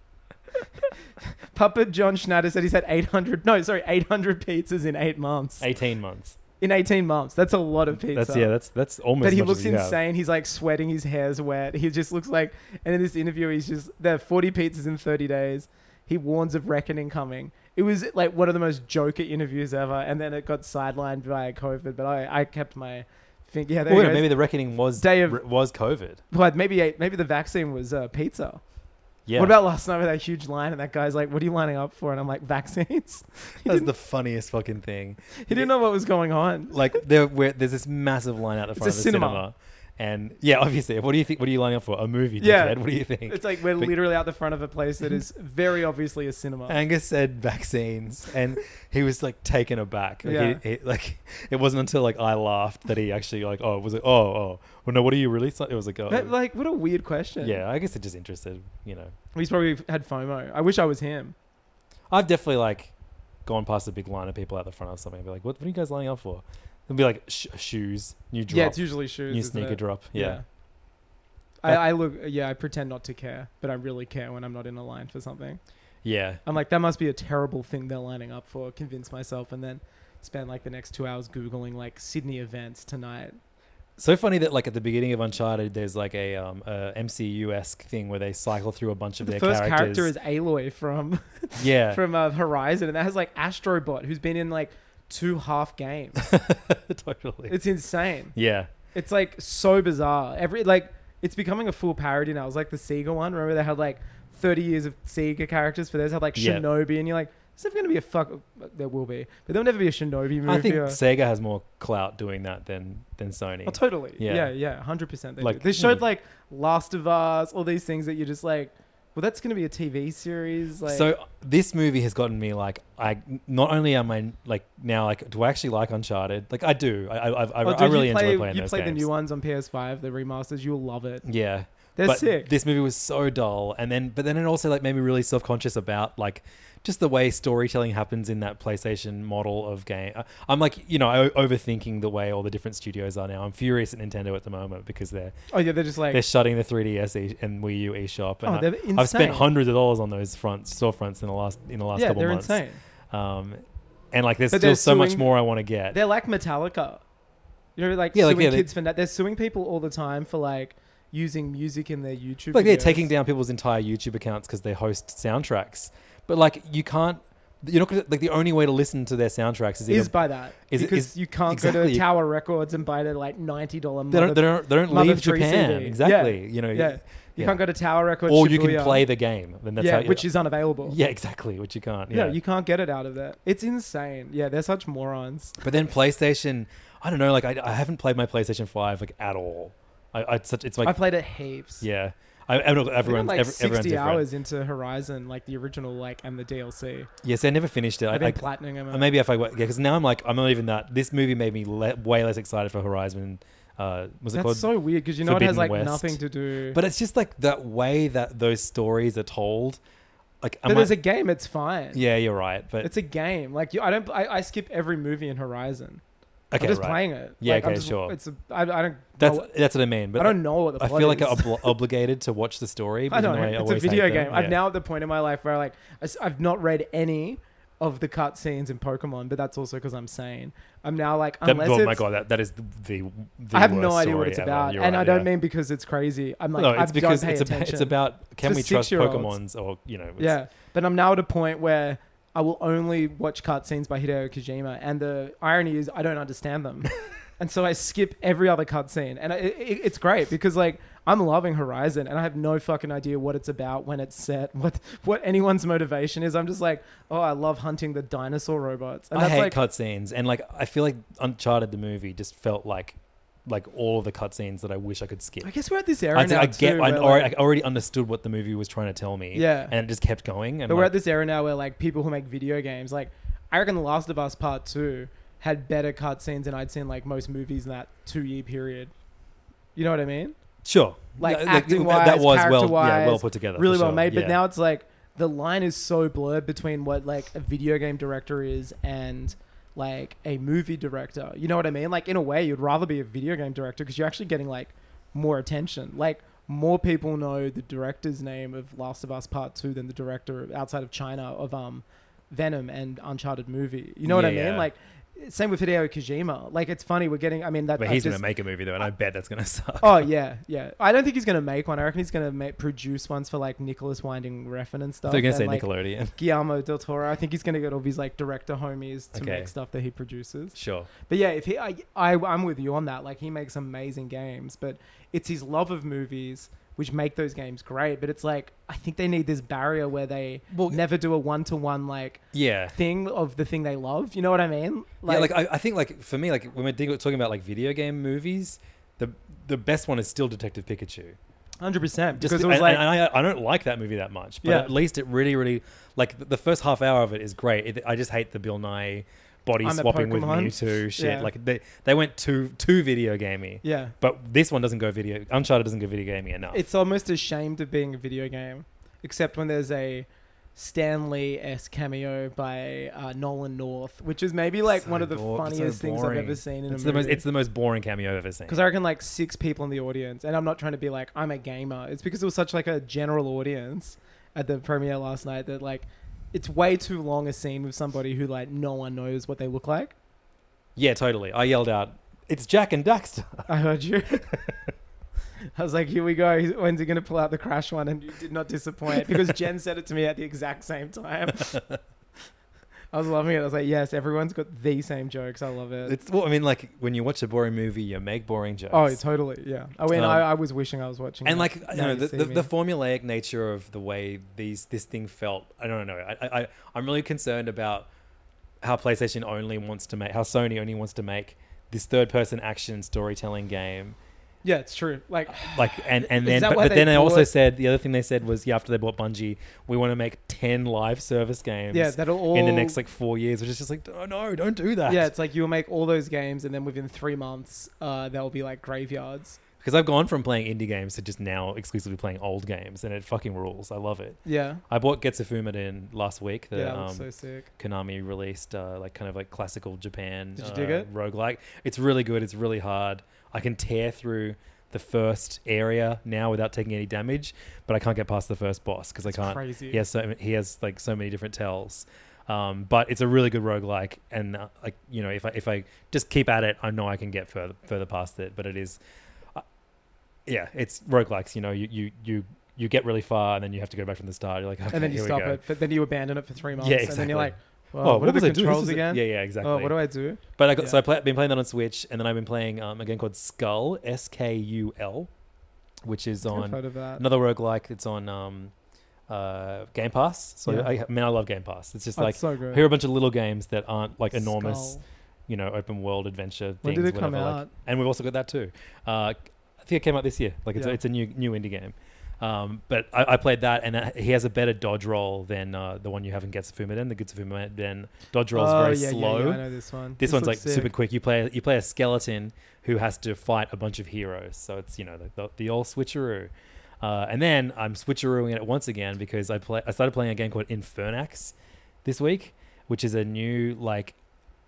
D: Papa John Schnatter said he's had 800, no, sorry, 800 pizzas in eight months.
E: Eighteen months.
D: In 18 months. That's a lot of pizza.
E: That's yeah. That's that's almost.
D: uh, But he
E: as much
D: looks
E: as you have.
D: insane. He's like sweating. His hair's wet. He just looks like. And in this interview, he's just there. are Forty pizzas in thirty days. He warns of reckoning coming. It was like one of the most Joker interviews ever. And then it got sidelined by COVID. But I, I kept my finger. Yeah, there
E: Well,
D: you
E: yeah,
D: go.
E: maybe the reckoning was
D: Day of-
E: re- was COVID.
D: But maybe maybe the vaccine was uh, pizza.
E: Yeah.
D: What about last night with that huge line and that guy's like, "What are you lining up for?" And I'm like, "Vaccines." he,
E: That's
D: didn't,
E: the funniest fucking thing.
D: he didn't know what was going on.
E: Like there, where there's this massive line out the front
D: a
E: of the
D: cinema.
E: cinema. and yeah, obviously, what do you think? What are you lining up for? A movie?
D: Yeah.
E: dickhead? What do you think?
D: It's like we're
E: But-
D: literally out the front of a place that is very obviously a cinema.
E: Angus said vaccines, and he was like taken aback. Like,
D: Yeah.
E: he, he, like it wasn't until like I laughed that he actually like oh it was like oh oh well no what are you really it was like oh
D: But like, what a weird question.
E: yeah I guess it just interested you know
D: He's probably had FOMO. I wish I was him.
E: I've definitely like gone past a big line of people out the front or something and be like what, what are you guys lining up for and be like sh- shoes new drop
D: Yeah, it's usually shoes.
E: new
D: isn't
E: sneaker
D: it?
E: drop yeah,
D: I, I look. Yeah, I pretend not to care, but I really care when I'm not in a line for something.
E: yeah
D: I'm like, that must be a terrible thing they're lining up for. Convince myself, and then spend like the next two hours googling like Sydney events tonight.
E: So funny that like at the beginning of Uncharted, there's like a um a MCU esque thing where they cycle through a bunch of
D: The
E: their
D: first
E: characters.
D: character is Aloy from
E: yeah,
D: from uh, Horizon, and that has like Astrobot, who's been in like two half games.
E: totally.
D: it's insane.
E: yeah,
D: It's like so bizarre. Every like it's becoming a full parody now. It's like the Sega one. Remember they had like thirty years of Sega characters for theirs had like
E: Yeah.
D: Shinobi, and you're like, is never gonna be a fuck? There will be, but there'll never be a Shinobi movie.
E: I think
D: or-
E: Sega has more clout doing that than than Sony.
D: Oh, totally.
E: Yeah.
D: Yeah, yeah, hundred percent. They do.
E: Like,
D: They showed
E: mm.
D: like Last of Us, all these things that you're just like, well, that's gonna be a TV series. Like,
E: so this movie has gotten me like I not only am I like now like do I actually like Uncharted? Like I do. I I, I, I-
D: Oh,
E: I
D: dude,
E: really
D: you play,
E: enjoy playing
D: You
E: those
D: play the
E: games.
D: new ones on PS5, the remasters. You'll love it.
E: Yeah.
D: They're
E: but
D: sick.
E: This movie was so dull, and then but then it also like made me really self conscious about like just the way storytelling happens in that PlayStation model of game. I- I'm like you know o- overthinking the way all the different studios are now. I'm furious at Nintendo at the moment because they're
D: Oh yeah, they're just like
E: they're shutting the 3DS e- and Wii U eShop. And
D: Oh, they're
E: I, have
D: insane.
E: spent hundreds of dollars on those front storefronts in the last in the last
D: yeah,
E: couple
D: they're
E: months.
D: insane.
E: Um, and like there's
D: But they're
E: still so much
D: suing-
E: more I want to get.
D: They're like Metallica. You know, like
E: Yeah, like,
D: suing
E: yeah, they-
D: kids for that. They're suing people all the time for like using music in their YouTube.
E: like they're
D: videos.
E: taking down people's entire YouTube accounts because they host soundtracks. But like you can't, you're not gonna like the only way to listen to their soundtracks is,
D: is
E: either,
D: by that
E: is it-
D: because
E: is-
D: you can't go to
E: exactly.
D: Tower Records and buy the like ninety dollar.
E: they don't they don't, they don't leave Japan exactly.
D: Yeah.
E: You know,
D: yeah. You
E: yeah.
D: can't go to Tower Records.
E: or you can
D: Shibuya.
E: play the game. Then that's
D: yeah,
E: how,
D: which is unavailable.
E: yeah exactly which you can't. Yeah,
D: No, you can't get it out of there. It's insane. Yeah, they're such morons.
E: but then PlayStation, I don't know. Like I, I haven't played my PlayStation Five like at all. I, I it's such it's like
D: I played it heaps.
E: yeah. I, I don't know,
D: I think I'm
E: everyone's
D: like
E: every, everyone's
D: 60
E: different.
D: hours into Horizon, like the original, like and the DLC.
E: Yeah, so I never finished it.
D: I've
E: I,
D: been
E: I,
D: platinum.
E: Uh, maybe if I yeah, because now I'm like I'm not even that. This movie made me le- way less excited for Horizon. Uh, was it
D: That's
E: called?
D: so weird because you know it has
E: Forbidden
D: like
E: West.
D: nothing to do.
E: but it's just like that way that those stories are told. Like,
D: but
E: am
D: as
E: I,
D: a game, it's fine.
E: yeah, you're right. But
D: it's a game. Like you, I don't. I, I skip every movie in Horizon.
E: Okay,
D: I'm just
E: right.
D: playing it.
E: Yeah,
D: Like, I'm
E: okay,
D: just-
E: sure.
D: It's a, I, I don't.
E: That's
D: know-
E: that's what I mean. But
D: I don't know what the
E: I
D: plot
E: feel like
D: is.
E: I'm obli- obligated to watch the story.
D: I
E: even
D: don't
E: though
D: know. It's a
E: always hate
D: video
E: them.
D: game. I'm
E: Yeah.
D: now at the point in my life where like I s- I've not read any of the cutscenes in Pokemon, but that's also because I'm sane. I'm now like
E: That-
D: unless
E: oh
D: it's,
E: my god, that, that is the. the
D: I have
E: worst
D: no idea what
E: story
D: it's
E: ever.
D: about,
E: You're
D: and
E: right,
D: I don't
E: yeah.
D: mean because it's crazy. I'm like
E: no,
D: I've
E: it's because
D: done pay
E: it's about, it's
D: attention.
E: about can
D: for
E: we trust
D: six-year-olds.
E: Pokemon's or you know it's,
D: yeah, but I'm now at a point where I will only watch cutscenes by Hideo Kojima, and the irony is I don't understand them, and so I skip every other cutscene, and it, it, it's great because like I'm loving Horizon, and I have no fucking idea what it's about, when it's set, what what anyone's motivation is. I'm just like, oh, I love hunting the dinosaur robots, and
E: I hate
D: like,
E: cutscenes, and like I feel like Uncharted the movie just felt like like all of the cutscenes that I wish I could skip.
D: I guess we're at this era
E: I,
D: now
E: I get,
D: too, where,
E: I
D: like-
E: already, I already understood what the movie was trying to tell me,
D: Yeah.
E: and it just kept going. And
D: But we're
E: like-
D: at this era now where like people who make video games, like I reckon The Last of Us Part Two had better cutscenes than I'd seen like most movies in that two year period. You know what I mean?
E: sure,
D: Like
E: Yeah,
D: acting
E: that-
D: wise,
E: that was
D: character
E: well, yeah, well
D: wise,
E: put together, for
D: really well
E: sure,
D: made. But
E: yeah.
D: now it's like the line is so blurred between what like a video game director is and like a movie director. You know what I mean? Like in a way, you'd rather be a video game director because you're actually getting like more attention. Like more people know the director's name of Last of Us Part Two than the director outside of China of um Venom and Uncharted movie. You know what I mean?
E: Yeah.
D: Like same with Hideo Kojima. Like it's funny we're getting. I mean that
E: but
D: I
E: he's
D: just-
E: gonna make a movie though, and I bet that's gonna suck.
D: Oh yeah, yeah. I don't think he's gonna make one. I reckon he's gonna make, produce ones for like Nicholas Winding Refn and stuff.
E: They're gonna
D: and,
E: say
D: like,
E: Nickelodeon,
D: Guillermo del Toro. I think he's gonna get all these like director homies to
E: Okay.
D: make stuff that he produces.
E: sure.
D: But yeah, if he, I, I, I'm with you on that. Like he makes amazing games, but it's his love of movies which make those games great. But it's like I think they need this barrier where they
E: Well-
D: never do a one to one like
E: Yeah,
D: thing of the thing they love. You know what I mean?
E: yeah, like I, I think like for me, like when we're dig- talking about like video game movies, the the best one is still Detective Pikachu.
D: hundred percent.
E: Just
D: Because it
E: be-
D: was
E: and,
D: like
E: and I, I don't like that movie that much, but
D: Yeah.
E: at least it really, really like the- the first half hour of it is great. It, I just hate the Bill Nye body
D: I'm a
E: swapping with
D: Pokemon.
E: Mewtwo shit.
D: Yeah.
E: Like they they went too too video gamey.
D: yeah.
E: But this one doesn't go video. Uncharted doesn't go video gamey enough.
D: It's almost ashamed of being a video game, except when there's a Stan Lee esque cameo by uh, Nolan North, which is maybe like
E: So
D: one of the
E: bo- so
D: funniest things I've
E: boring.
D: ever seen in
E: it's
D: a
E: the
D: movie.
E: most. It's the most boring cameo I've ever seen.
D: because I reckon like six people in the audience, and I'm not trying to be like I'm a gamer. It's because it was such like a general audience at the premiere last night that like it's way too long a scene with somebody who like no one knows what they look like.
E: yeah, totally. I yelled out, "It's Jack and Daxter."
D: I heard you. I was like, here we go. When's he going to pull out the crash one? And you did not disappoint because Jen said it to me at the exact same time. I was loving it. I was like, yes, everyone's got the same jokes. I love it.
E: It's well, I mean, like when you watch a boring movie, you make boring jokes.
D: oh, totally. Yeah. I mean,
E: Um,
D: I, I was wishing I was watching.
E: and
D: that.
E: like you
D: Now
E: know,
D: you
E: the,
D: see
E: the,
D: me.
E: the formulaic nature of the way these this thing felt i don't know I, I- I i'm really concerned about how playstation only wants to make how sony only wants to make this third person action storytelling game
D: yeah, it's true. Like,
E: like and and
D: Is
E: then
D: that
E: but,
D: why
E: but
D: they
E: then they also
D: bought-
E: said the other thing they said was yeah after they bought bungie we want to make 10 live service games
D: yeah, that'll all.
E: in the next like four years which is just like oh no don't do that
D: Yeah, it's like you'll make all those games, and then within three months, uh, they'll be like graveyards.
E: because i've gone from playing indie games to just now exclusively playing old games and it fucking rules i love it
D: Yeah.
E: i bought getsufuma in last week the
D: yeah, that
E: um,
D: looks so sick.
E: Konami released, uh, like kind of like classical Japan
D: Did you
E: uh,
D: dig it?
E: roguelike. It's really good. It's really hard. I can tear through the first area now without taking any damage, but I can't get past the first boss because I can't.
D: crazy.
E: He has so ma- he has like so many different tells. Um, but it's a really good roguelike, and uh, like you know, if I if I just keep at it, I know I can get further further past it. But it is, uh, yeah, it's roguelikes. You know, you you you you get really far, and then you have to go back from the start. You're like, okay,
D: and then you
E: here we
D: stop
E: go.
D: it, but then you abandon it for three months,
E: Yeah,
D: and then you're like,
E: exactly.
D: well,
E: Oh,
D: Uh, what, are
E: was I
D: the
E: doing? This
D: controls
E: is a-
D: again?
E: Yeah, yeah, exactly.
D: Oh, what do I do?
E: But I got, so
D: Yeah.
E: I've play, been playing that on Switch, and then I've been playing um, a game called Skull S K U L, which is
D: I've
E: on
D: heard of that.
E: another roguelike. It's on um, uh, Game Pass. So
D: Yeah.
E: I, I mean, I love Game Pass. It's just
D: Oh,
E: like
D: it's so good.
E: here are a bunch of little games that aren't like enormous,
D: Skull. Oh,
E: you know, open world adventure things.
D: When did it come
E: whatever, like-
D: out?
E: and we've also got that too. Uh, I think it came out this year. Like it's,
D: Yeah.
E: a, it's a new new indie game. Um, but I, I played that, and that, he has a better dodge roll than uh, the one you have in Getsufumiden. The Getsufumiden dodge roll is
D: Oh,
E: very
D: yeah,
E: slow.
D: Yeah, yeah, I know this one.
E: This, one's like
D: looks
E: super
D: sick.
E: quick. You play you play a skeleton who has to fight a bunch of heroes. So it's you know the, the, the old switcheroo. Uh, and then I'm switcherooing it once again because I play I started playing a game called Infernax this week, which is a new like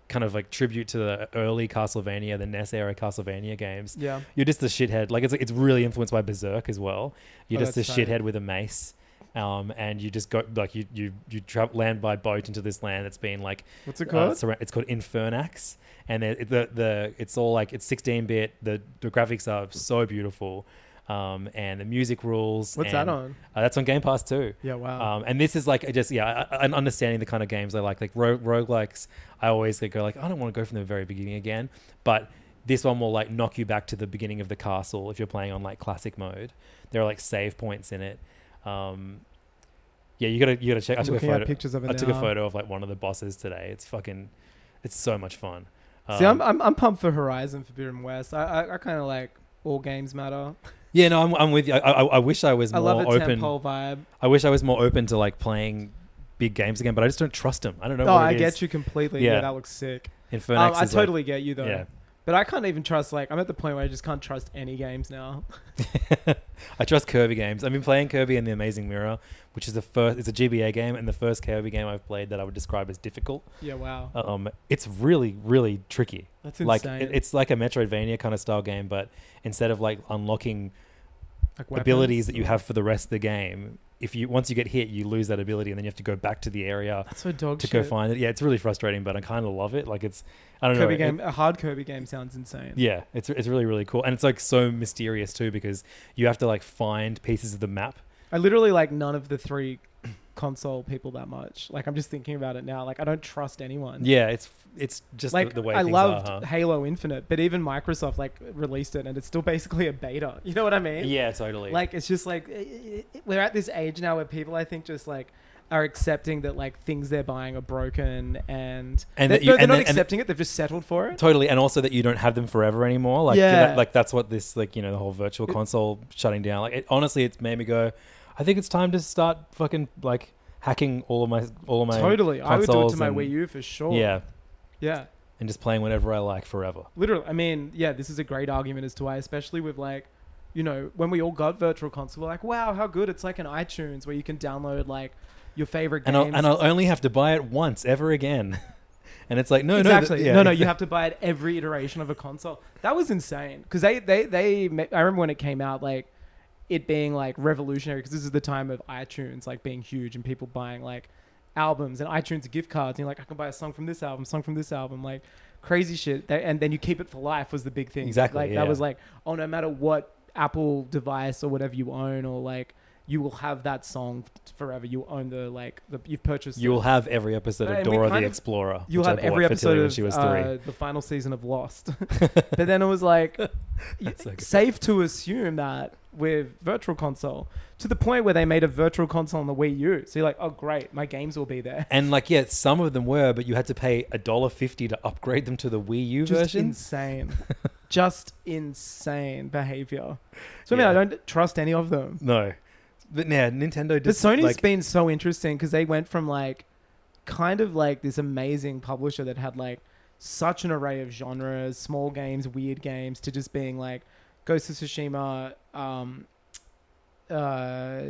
E: kind of like tribute to the early Castlevania, the NES era Castlevania games.
D: Yeah.
E: You're just the shithead. Like it's it's really influenced by Berserk as well. You're
D: Oh,
E: just the
D: that's tight.
E: shithead with a mace. Um, and you just go like you you you tra- land by boat into this land that's been like
D: What's it
E: uh,
D: called?
E: surra- it's called Infernax, and the the, the it's all like it's 16 bit. The the graphics are so beautiful, um, and the music rules.
D: What's that
E: and-
D: on?
E: Uh, that's on Game Pass too.
D: Yeah, wow.
E: Um, and this is like I just yeah, I- I- and understanding the kind of games I like. Like ro- roguelikes, I always go like I don't want to go from the very beginning again, but. This one will like knock you back to the beginning of the castle if you're playing on like classic mode. There are like save points in it. Um, yeah, you gotta you gotta check. I
D: I'm
E: took a
D: looking at
E: photo.
D: pictures of it
E: I took a
D: now.
E: photo of like one of the bosses today. It's fucking, it's so much fun.
D: See, I'm,
E: Um,
D: I'm I'm pumped for Horizon Forbidden West. I I, I kind of like all games matter.
E: yeah, no, I'm, I'm with you. I, I, I wish I was
D: I
E: more
D: love a
E: open.
D: tempo vibe.
E: I wish I was more open to like playing big games again, but I just don't trust them. I don't know.
D: Oh,
E: what
D: I get you completely. Yeah,
E: Yeah.
D: that looks sick.
E: Infernax
D: Um, I
E: is like-
D: totally get you though.
E: yeah.
D: But I can't even trust. Like, I'm at the point where I just can't trust any games now.
E: I trust Kirby games. I've been playing Kirby and the Amazing Mirror, which is the first. It's a GBA game, and the first Kirby game I've played that I would describe as difficult.
D: yeah, wow.
E: Um, it's really, really tricky.
D: That's
E: Like
D: insane.
E: it- it's like a Metroidvania kind of style game, but instead of like unlocking
D: like
E: abilities that you have for the rest of the game. If you once you get hit, you lose that ability, and then you have to go back to the area
D: That's so dog
E: to
D: shit.
E: go find it. Yeah, it's really frustrating, but I kind of love it. Like it's, I don't
D: Kirby
E: know. it-
D: game. a hard Kirby game sounds insane.
E: yeah, it's it's really really cool, and it's like so mysterious too because you have to like find pieces of the map.
D: I literally like none of the three console people that much. Like, I'm just thinking about it now. Like, I don't trust anyone.
E: Yeah, it's it's just
D: Like
E: the, the way
D: I
E: things
D: loved
E: are. huh?
D: Halo Infinite, but even Microsoft like released it, and it's still basically a beta. You know what I mean?
E: Yeah, totally.
D: Like it's just like eh, eh, we're at this age now where people I think just like are accepting that like things they're buying are broken and
E: And
D: they,
E: that you-
D: no, they're
E: and
D: not
E: that- and-
D: accepting it. They've just settled for it.
E: totally, and also that you don't have them forever anymore. Like
D: Yeah.
E: that- like that's what this like you know the whole virtual console shutting down. Like it, honestly, it's made me go. I think it's time to start fucking like hacking all of my all of my
D: Totally, I would do it
E: consoles
D: to my
E: and-
D: Wii U for sure.
E: Yeah,
D: yeah.
E: and just playing whatever I like forever.
D: Literally, I mean, yeah. This is a great argument as to why, especially with like, you know, when we all got virtual console, we're like, wow, how good! It's like an iTunes where you can download like your favorite games.
E: And I'll, and I'll only have to buy it once ever again. and it's like, no,
D: exactly. No,
E: no, th- yeah.
D: no, You have to buy it every iteration of a console. That was insane because they, they, they. ma- I remember when it came out, like it being like revolutionary because this is the time of iTunes like being huge and people buying like albums and iTunes gift cards. And you're like, I can buy a song from this album, song from this album, like crazy shit. They, and then you keep it for life was the big thing.
E: Exactly,
D: Like
E: yeah.
D: that was like, oh, no matter what Apple device or whatever you own or like. You will have that song forever. You own the like the you've purchased.
E: You'll
D: it.
E: have every episode of
D: And we
E: Dora
D: kind
E: the
D: of-
E: Explorer.
D: You'll
E: which I
D: have
E: bought
D: every
E: for Tilly
D: episode
E: when
D: of
E: she was
D: uh,
E: three.
D: the final season of Lost. but then it was like
E: That's so good.
D: safe to assume that with Virtual Console to the point where they made a Virtual Console on the Wii U. So you're like, oh great, my games will be there.
E: And like, yeah, some of them were, but you had to pay a dollar fifty to upgrade them to the Wii U
D: Just
E: version.
D: insane, just insane behavior. So I mean,
E: Yeah.
D: I don't trust any of them.
E: no, but now Nintendo
D: But
E: just
D: Sony's
E: like,
D: been so interesting because they went from like kind of like this amazing publisher that had like such an array of genres, small games, weird games, to just being like Ghost of Tsushima, um, uh,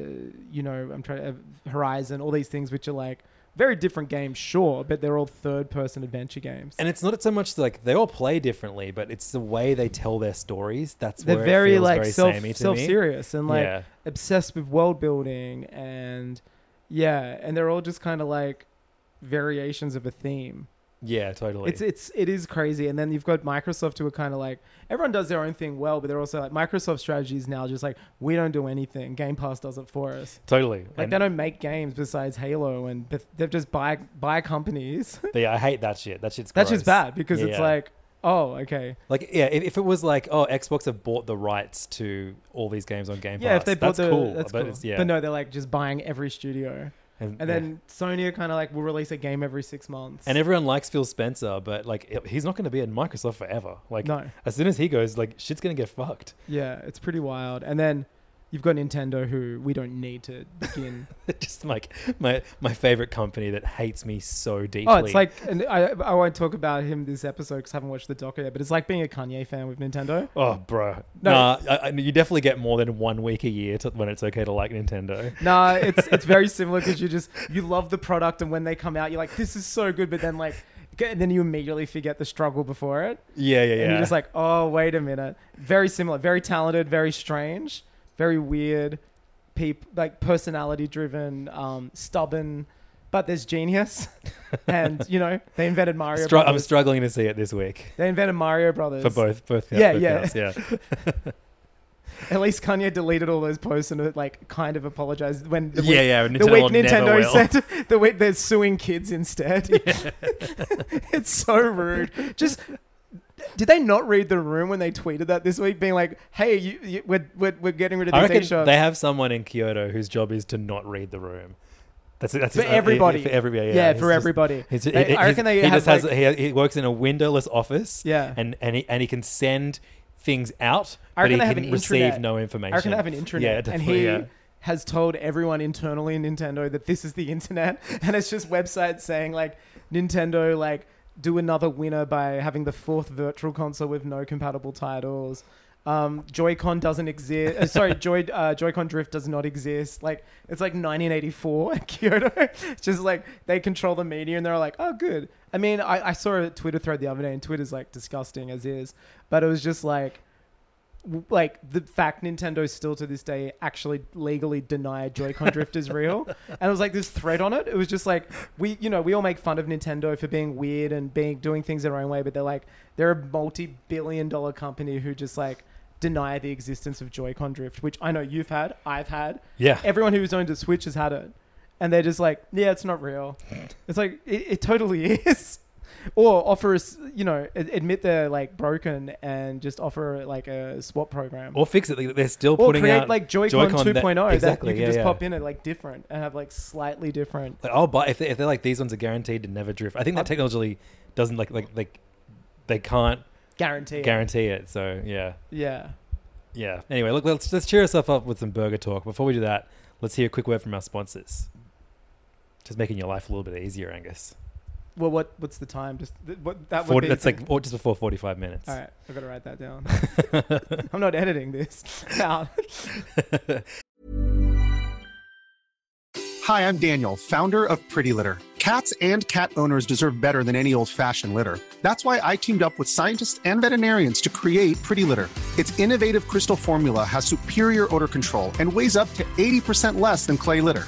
D: you know, I'm trying uh, Horizon, all these things which are like very different games, sure, but they're all third-person adventure games.
E: and it's not so much like they all play differently, but it's the way they tell their stories. That's
D: they're
E: where it
D: very
E: feels
D: like
E: very
D: self
E: samey to
D: self
E: me.
D: serious and like
E: yeah.
D: obsessed with world building and yeah, and they're all just kind of like variations of a theme.
E: yeah, totally.
D: It's it's it is crazy. And then you've got Microsoft who are kind of like everyone does their own thing well, but they're also like Microsoft strategy is now just like we don't do anything. Game Pass does it for us.
E: totally.
D: Like
E: And-
D: they don't make games besides Halo, and th- they've just buy buy companies.
E: They, I hate that shit. That shit's
D: That's just
E: gross.
D: bad because it's
E: Yeah.
D: like oh okay
E: like yeah. If, if it was like oh Xbox have bought the rights to all these games on Game Pass,
D: yeah if they bought
E: that's
D: the
E: cool.
D: that's
E: but
D: cool.
E: it's- yeah,
D: But no, they're like just buying every studio.
E: and,
D: And
E: yeah.
D: then Sony are kind of like, we'll release a game every six months.
E: and everyone likes Phil Spencer, but like it- he's not going to be at Microsoft forever. Like
D: No.
E: as soon as he goes, like shit's going to get fucked.
D: Yeah, it's pretty wild. And then you've got Nintendo, who we don't need to begin.
E: just like my my favorite company that hates me so deeply.
D: oh, it's like, and I, I won't talk about him this episode because I haven't watched the doc yet, but it's like being a Kanye fan with Nintendo.
E: Oh, bro.
D: No.
E: No, nah, I, I, you definitely get more than one week a year to, when it's okay to like Nintendo.
D: Nah, it's it's very similar because you just you love the product, and when they come out, you're like, this is so good. But then like And then you immediately forget the struggle before it.
E: Yeah, yeah, yeah.
D: And you're just like, oh, wait a minute. Very similar, very talented, very strange, very weird, peop- like personality driven, um, stubborn, but there's genius. and, you know, they invented Mario
E: Stru- I'm
D: Brothers.
E: struggling to see it this week
D: they invented Mario Brothers.
E: for both, both.
D: Yeah,
E: both
D: yeah.
E: counts, yeah.
D: At least Kanye deleted all those posts and, like, kind of apologized when the
E: Yeah,
D: week-
E: yeah,
D: the
E: Nintendo
D: week
E: will never
D: Nintendo
E: will.
D: said the week they're suing kids instead. it's so rude. Just did they not read the room when they tweeted that this week, being like, "Hey, you, you, we're, we're we're getting rid
E: I
D: of these
E: reckon
D: shots."
E: they have someone in Kyoto whose job is to not read the room. That's it. uh, That's
D: For
E: his-
D: everybody.
E: For everybody. Yeah,
D: Yeah,
E: he's
D: for everybody.
E: he's-
D: They-
E: he-
D: I reckon they
E: he's- he
D: have,
E: just has. he, he works in a windowless office.
D: Yeah.
E: And and he, and he can send things out,
D: I
E: but
D: reckon
E: he
D: they have
E: can
D: an
E: receive
D: intranet.
E: no
D: I
E: information.
D: reckon they have an intranet,
E: Yeah,
D: and
E: definitely.
D: he
E: yeah.
D: has told everyone internally in Nintendo that this is the internet, and it's just websites saying like Nintendo like do another winner by having the fourth virtual console with no compatible titles. Um, Joy-Con doesn't exist. Uh, sorry, Joy uh, Joy-Con drift does not exist. Like it's like 1984 at Kyoto. It's just like they control the media, and they're like, oh, good. I mean, I, I saw a Twitter thread the other day, and Twitter's like disgusting as is, but it was just like w- like the fact Nintendo still to this day actually legally deny Joy-Con drift is real. And it was like this thread on it. It was just like we, you know, we all make fun of Nintendo for being weird and being doing things their own way, but they're like they're a multi-billion-dollar company who just like deny the existence of Joy-Con drift, which I know you've had, I've had,
E: Yeah.
D: everyone who's owned a Switch has had it, and they're just like, yeah, it's not real. It's like it, it totally is. Or offer us, you know, ad- admit they're like broken and just offer like a swap program.
E: Or fix it. like, They're still
D: Or
E: putting
D: create
E: out
D: like Joy-Con,
E: Joy-Con
D: 2.0 that,
E: exactly.
D: you can
E: yeah,
D: just
E: yeah.
D: pop in it like different and have like slightly different.
E: Like, I'll buy if, they, if they're like these ones are guaranteed to never drift. I
D: Uh,
E: think that technology doesn't like like like they can't
D: Guarantee. it.
E: guarantee it. So yeah.
D: Yeah.
E: Yeah. Anyway, look, let's let's cheer ourselves up with some burger talk. Before we do that, let's hear a quick word from our sponsors. Just making your life a little bit easier, Angus.
D: Well, what what's the time? Just th- what that would
E: Forty,
D: be.
E: that's like or just before forty-five minutes.
D: All right, I gotta write that down. I'm not editing this out.
F: Hi, I'm Daniel, founder of Pretty Litter. Cats and cat owners deserve better than any old fashioned litter. That's why I teamed up with scientists and veterinarians to create Pretty Litter. Its innovative crystal formula has superior odor control and weighs up to 80% less than clay litter.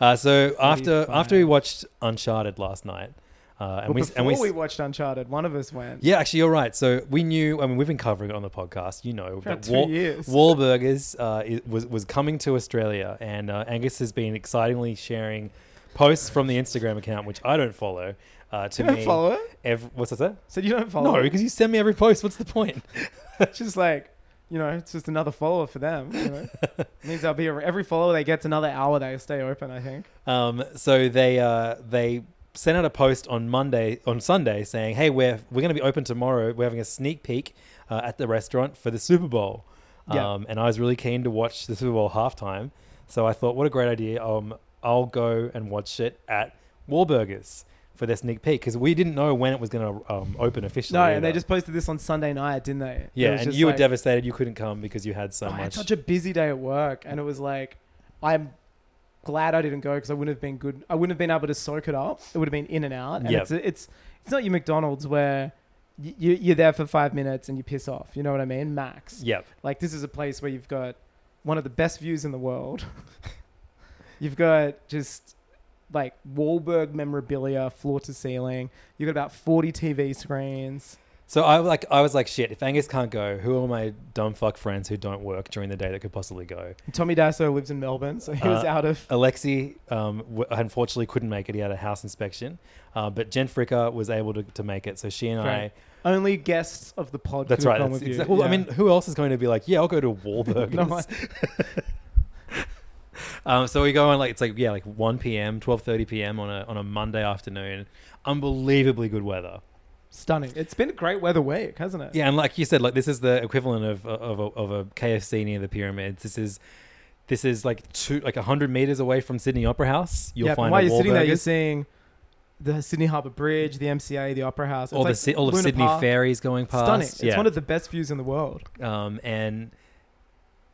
E: Uh, so after after we watched Uncharted last night, uh, and
D: But
E: we
D: before
E: and
D: we,
E: we,
D: watched Uncharted, one of us went.
E: yeah, actually, you're right. So we knew. I mean, we've been covering it on the podcast. You know
D: about
E: that
D: two years.
E: Wahlburgers uh, i- was was coming to Australia, and uh, Angus has been excitingly sharing posts from the Instagram account, which I don't follow. Uh, to
D: You don't
E: me,
D: follow it?
E: ev- what's that? say?
D: Said you don't follow.
E: No,
D: her?"
E: because you send me every post. What's the point?
D: It's just like, you know, it's just another follower for them. You know? means I'll be every follower they get's another hour they stay open. I think.
E: Um, so they uh, they sent out a post on Monday on Sunday saying, "Hey, we're we're going to be open tomorrow. We're having a sneak peek uh, at the restaurant for the Super Bowl."
D: Yeah.
E: Um, and I was really keen to watch the Super Bowl halftime, so I thought, "What a great idea! Um, I'll go and watch it at Wahlburgers." For their sneak peek, because we didn't know when it was going to um, open officially.
D: No, and they
E: either.
D: just posted this on Sunday night, didn't they? It
E: yeah,
D: was
E: and
D: just
E: you were
D: like-
E: devastated you couldn't come because you had so
D: I had
E: much.
D: such a busy day at work, and it was like I'm glad I didn't go because I wouldn't have been good. I wouldn't have been able to soak it up. It would have been in and out. And
E: Yep.
D: it's, it's it's not your McDonald's where y- you, you're there for five minutes and you piss off. You know what I mean? Max.
E: Yep.
D: Like this is a place where you've got one of the best views in the world. you've got just like Wahlberg memorabilia, floor to ceiling. You've got about 40 TV screens.
E: So I like I was like, shit. If Angus can't go, who are my dumb fuck friends who don't work during the day that could possibly go?
D: Tommy Dasso lives in Melbourne, so he was
E: Uh,
D: out of.
E: Alexi um, w- unfortunately couldn't make it. He had a house inspection, uh, but Jen Fricker was able to, to make it. So she and I.
D: Great. Only guests of the pod.
E: That's
D: could
E: right.
D: have gone
E: That's
D: with you.
E: exact- well, I
D: Yeah.
E: mean, who else is going to be like, yeah, I'll go to Wahlburgers?
D: No, I-
E: Um, so we go on like it's like yeah like 1 p.m. 12:30 p.m. on a on a Monday afternoon. Unbelievably good weather.
D: stunning. It's been a great weather week, hasn't it?
E: Yeah, and like you said, like this is the equivalent of of a, of a KFC near the pyramids. This is this is like two like hundred meters away from Sydney Opera House. You'll
D: Yep, and
E: find
D: while
E: a
D: you're sitting there, you're
E: Wahlburgers,
D: seeing the Sydney Harbour Bridge, the MCA, the Opera House, It's
E: all the
D: like
E: Sy- all the
D: Luna
E: Sydney
D: Park.
E: ferries going past.
D: Stunning. It's
E: Yeah.
D: one of the best views in the world.
E: um, and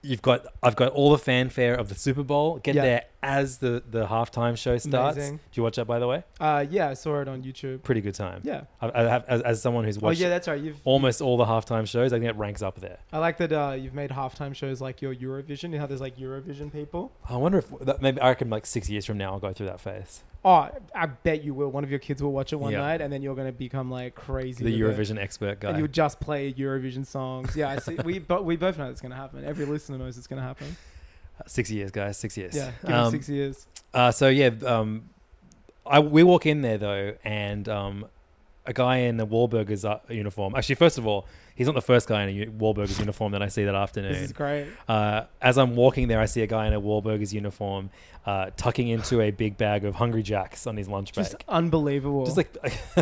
E: you've got I've got all the fanfare of the Super Bowl. Get
D: Yeah.
E: there as the the halftime show starts.
D: Amazing.
E: Do you watch that by the way?
D: Uh, yeah, I saw it on YouTube.
E: Pretty good time.
D: Yeah.
E: I, I have as, as someone who's
D: Oh
E: watched
D: yeah, that's right. You've
E: almost all the halftime shows. I think it ranks up there.
D: I like that uh, you've made halftime shows like your Eurovision. You know how there's like Eurovision people.
E: I wonder if that, maybe I reckon like six years from now I'll go through that phase.
D: Oh, I bet you will. One of your kids will watch it one
E: Yeah.
D: night, and then you're going to become like crazy.
E: The
D: with it.
E: Eurovision expert guy.
D: And you just play Eurovision songs. Yeah, I see. we but we both know that's going to happen. Every listener knows it's going to happen.
E: six years, guys. Six years.
D: Yeah, give
E: Um,
D: it six years.
E: Uh, so yeah, um, I we walk in there though, and um, a guy in a Wahlburgers uh, uniform. Actually, first of all, he's not the first guy in a U- Wahlburgers uniform that I see that
D: This is
E: afternoon.
D: great.
E: Uh, as I'm walking there, I see a guy in a Wahlburgers uniform uh, tucking into a big bag of Hungry Jacks on his lunch bag.
D: Just unbelievable.
E: Just like,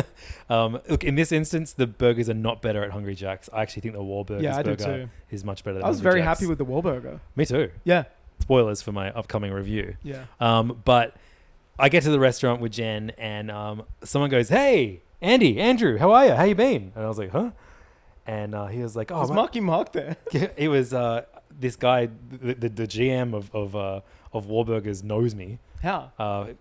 E: um, look, in this instance, the burgers are not better at Hungry Jack's. I actually think the Wahlburgers
D: Yeah, I do
E: burger
D: too.
E: is much better. Than
D: I was
E: Hungry
D: very
E: Jack's.
D: happy with the Wahlburger.
E: Me too.
D: Yeah,
E: Spoilers for my upcoming review.
D: yeah.
E: Um, but I get to the restaurant with Jen, and um, someone goes, "Hey, Andy, Andrew, how are you? How you been?" And I was like, "Huh?" And uh, he was like, "Oh,
D: Was
E: my-
D: Marky Mark there?
E: it was uh, this guy, the, the, the GM of of uh, of Wahlburgers knows me."
D: How?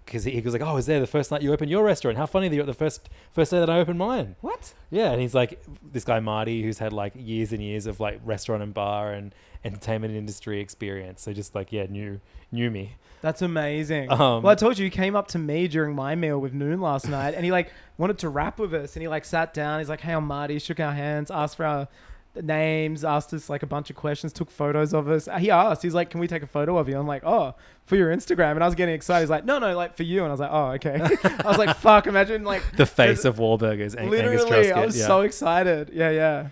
E: because Uh, he, he was like, "Oh, is there the first night you opened your restaurant? How funny that you're at the first first day that I opened mine."
D: What?
E: Yeah, and he's like this guy Marty, who's had like years and years of like restaurant and bar and entertainment industry experience. So just like yeah, knew knew me.
D: That's amazing.
E: Um,
D: well, I told you he came up to me during my meal with Noon last night, and he like wanted to rap with us, and he like sat down. He's like, "Hey, I'm Marty." Shook our hands, asked for our names, asked us like a bunch of questions, took photos of us. He asked, he's like, "Can we take a photo of you?" I'm like, "Oh, for your Instagram." And I was getting excited. He's like, "No, no, like for you." And I was like, "Oh, okay." I was like, "Fuck!" Imagine like
E: The face of Wahlburgers, Ang- Angus
D: literally.
E: Truscott.
D: I was
E: yeah.
D: so excited. Yeah, yeah.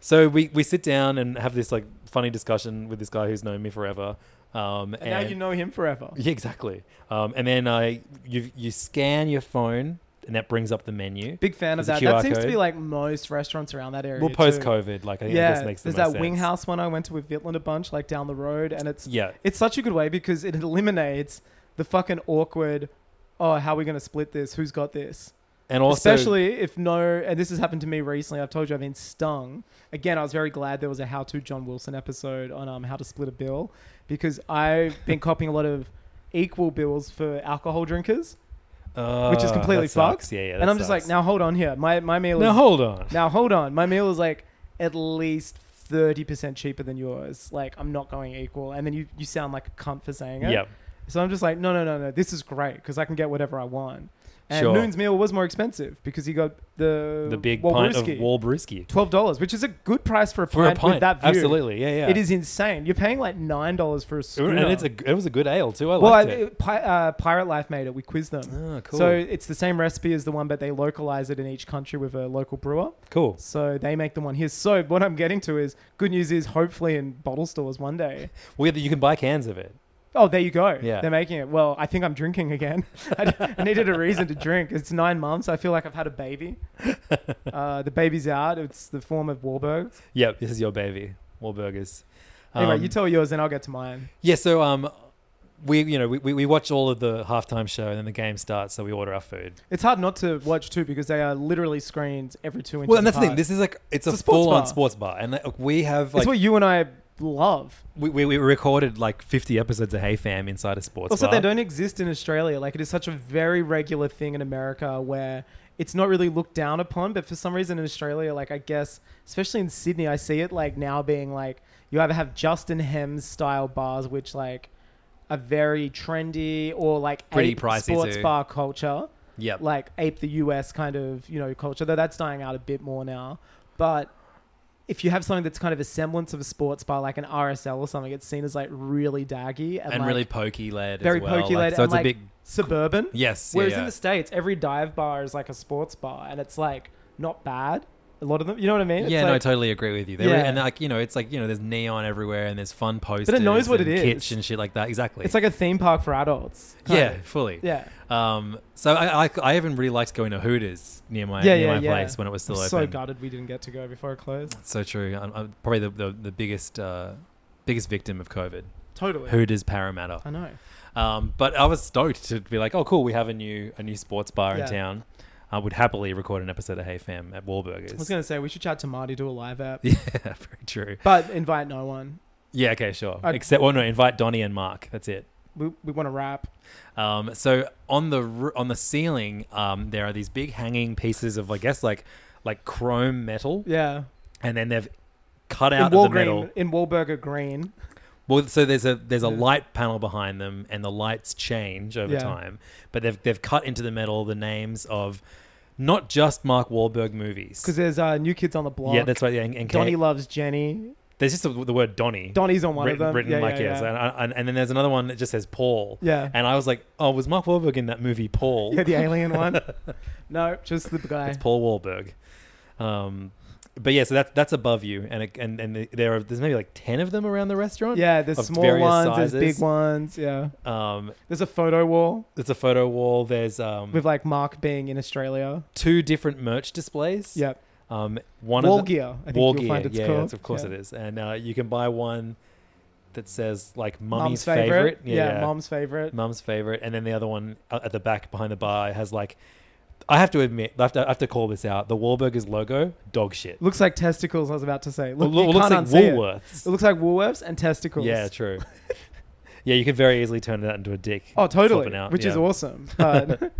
E: So we we sit down and have this like funny discussion with this guy who's known me forever. Um,
D: And, now you know him forever.
E: Yeah, exactly. Um, and then uh, you you scan your phone, and that brings up the menu.
D: Big fan of
E: There's
D: that.
E: a
D: That
E: QR
D: seems to be
E: code.
D: like most restaurants around that area.
E: well,
D: too.
E: post COVID, like I think it
D: Yeah,
E: just makes the
D: there's
E: most
D: that
E: sense.
D: wing house one I went to with Vitland a bunch, like down the road, and it's
E: Yeah.
D: it's such a good way because it eliminates the fucking awkward. Oh, how are we going to split this? Who's got this?
E: and also
D: Especially if no, and this has happened to me recently. I've told you I've been stung. Again, I was very glad there was a How to John Wilson episode on um, how to split a bill because I've been copying a lot of equal bills for alcohol drinkers, which is
E: Uh,
D: completely
E: that sucks.
D: fucked.
E: Yeah, yeah.
D: and
E: that
D: I'm just like,
E: sucks.
D: now hold on here. My my meal.
E: now
D: is,
E: hold on.
D: now hold on. My meal is like at least thirty percent cheaper than yours. Like I'm not going equal. And then you you sound like a cunt for saying it.
E: Yep.
D: So I'm just like, no, no, no, no. This is great because I can get whatever I want. And
E: Sure.
D: Noon's meal was more expensive because he got the
E: the big pint of
D: Walworski.
E: Walbrisky.
D: twelve dollars, which is a good price for a
E: For a
D: pint,
E: pint,
D: with that view.
E: absolutely. Yeah, yeah.
D: It is insane. You're paying like nine dollars for a schooner.
E: And it's a it was a good ale too. I
D: well,
E: liked
D: I-
E: it.
D: Pi- uh, Pirate Life made it. We quizzed them.
E: Ah, cool.
D: So it's the same recipe as the one, but they localize it in each country with a local brewer.
E: Cool.
D: So they make the one here. So what I'm getting to is good news is hopefully in bottle stores one day.
E: Well, yeah, you can buy cans of it.
D: Oh, there you go.
E: Yeah.
D: They're making it. Well, I think I'm drinking again. I, I needed a reason to drink. It's nine months. I feel like I've had a baby. Uh, the baby's out. It's the form of Warburg.
E: Yep, this is your baby, Wahlburgers.
D: Anyway,
E: Um,
D: you tell yours and I'll get to mine.
E: Yeah, so um, we you know we, we, we watch all of the halftime show and then the game starts, so we order our food.
D: It's hard not to watch too because they are literally screened every two inches.
E: Well, and that's the thing.
D: apart.
E: This is like
D: It's
E: it's, a
D: a sports
E: full on
D: bar.
E: sports bar, and like, we have
D: it's
E: like
D: what you and I love.
E: We, we, we recorded like 50 episodes of Hey Fam inside a sports
D: Also,
E: bar.
D: they don't exist in Australia. Like, it is such a very regular thing in America where it's not really looked down upon. But for some reason in Australia, like, I guess, especially in Sydney, I see it like now being like, you either have Justin Hems style bars, which like are very trendy or like
E: Pretty
D: ape
E: pricey
D: sports
E: too.
D: bar culture.
E: Yep.
D: Like, ape the US kind of, you know, culture, though that's dying out a bit more now. But if you have something that's kind of a semblance of a sports bar, like an RSL or something, it's seen as like really daggy and,
E: and
D: like,
E: really pokey led
D: very
E: as well.
D: pokey
E: like,
D: led
E: so
D: and
E: it's
D: like
E: a big
D: suburban.
E: Yes, yeah,
D: Whereas
E: yeah.
D: in the states, every dive bar is like a sports bar, and it's like not bad. A lot of them, you know what I mean? It's
E: yeah,
D: like,
E: no, I totally agree with you. They really-
D: Yeah.
E: and like you know, it's like you know, there's neon everywhere and there's fun posters.
D: knows what
E: and
D: it
E: kitsch
D: is.
E: and shit like that. Exactly.
D: It's like a theme park for adults. kind
E: yeah,
D: of.
E: fully.
D: Yeah.
E: Um. So I, I I even really liked going to Hooters near my
D: yeah,
E: near
D: yeah,
E: my
D: yeah.
E: place when it was still
D: I'm
E: open.
D: So gutted we didn't get to go before it closed.
E: So true. I'm, I'm probably the, the the biggest uh biggest victim of COVID.
D: Totally.
E: Hooters Parramatta.
D: I know.
E: Um, but I was stoked to be like, oh, cool, we have a new a new sports bar
D: Yeah.
E: in town. I would happily record an episode of Hey Fam at Wahlburgers.
D: I was gonna say we should chat to Marty, do a live app,
E: yeah, very true.
D: but invite no one.
E: Yeah, okay, sure.
D: I'd-
E: Except, well, no, invite Donnie and Mark. That's it.
D: We, we want to rap.
E: Um, so on the r- on the ceiling, um, there are these big hanging pieces of, I guess, like like chrome metal,
D: Yeah.
E: and then they've cut
D: In
E: out of the metal.
D: Walgreen, in Wahlburger Green.
E: Well, so there's a there's a light panel behind them, and the lights change over
D: Yeah.
E: time. But they've they've cut into the metal the names of not just Mark Wahlberg movies.
D: Because there's uh, New Kids on the Block.
E: yeah, that's right. Yeah, and, and
D: Donnie
E: Kate-
D: loves Jenny.
E: there's just the, the word Donnie.
D: Donnie's on one
E: written,
D: of them.
E: written
D: yeah,
E: like
D: yeah,
E: yes,
D: yeah.
E: and, uh, and, and then there's another one that just says Paul.
D: Yeah.
E: and I was like, oh, was Mark Wahlberg in that movie Paul?
D: Yeah, the alien one. No, just the guy.
E: It's Paul Wahlberg. Um, but yeah, so that's that's above you, and it, and and there are there's maybe like ten of them around the restaurant.
D: Yeah, there's
E: of
D: small
E: various
D: ones, there's
E: sizes.
D: big ones. Yeah,
E: Um,
D: there's a photo wall
E: there's a photo wall. There's um,
D: with like Mark being in Australia.
E: two different merch displays.
D: Yep,
E: Um, one
D: Wall
E: of the,
D: gear, I think
E: Wall
D: you'll
E: gear.
D: find it's
E: yeah,
D: called.
E: that's- of course
D: Yeah.
E: it is, and uh, you can buy one that says like
D: mom's
E: mummy's
D: favorite.
E: favorite.
D: Yeah, mom's favorite.
E: mum's favorite, and then the other one uh, at the back behind the bar has like. I have to admit, I have to, I have to call this out. The Wahlburgers logo, dog shit.
D: Looks like testicles. I was about to say. Look,
E: Well,
D: you
E: looks
D: can't
E: like
D: unsee it.
E: Woolworths.
D: It. looks like Woolworths and testicles.
E: Yeah, true. yeah, you could very easily turn that into a dick.
D: Oh, totally.
E: Flipping out,
D: Which is
E: yeah.
D: awesome. But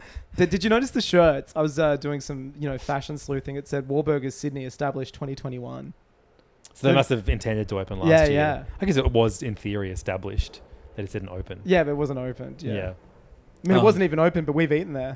D: did, did you notice the shirts? I was uh, doing some, you know, fashion sleuthing. It said Wahlburgers Sydney established 2021.
E: So they must have intended to open last
D: Yeah,
E: year.
D: yeah.
E: I guess it was in theory established that it didn't open.
D: Yeah, but it wasn't opened. Yeah.
E: yeah,
D: I mean, it
E: Um,
D: wasn't even open, but we've eaten there.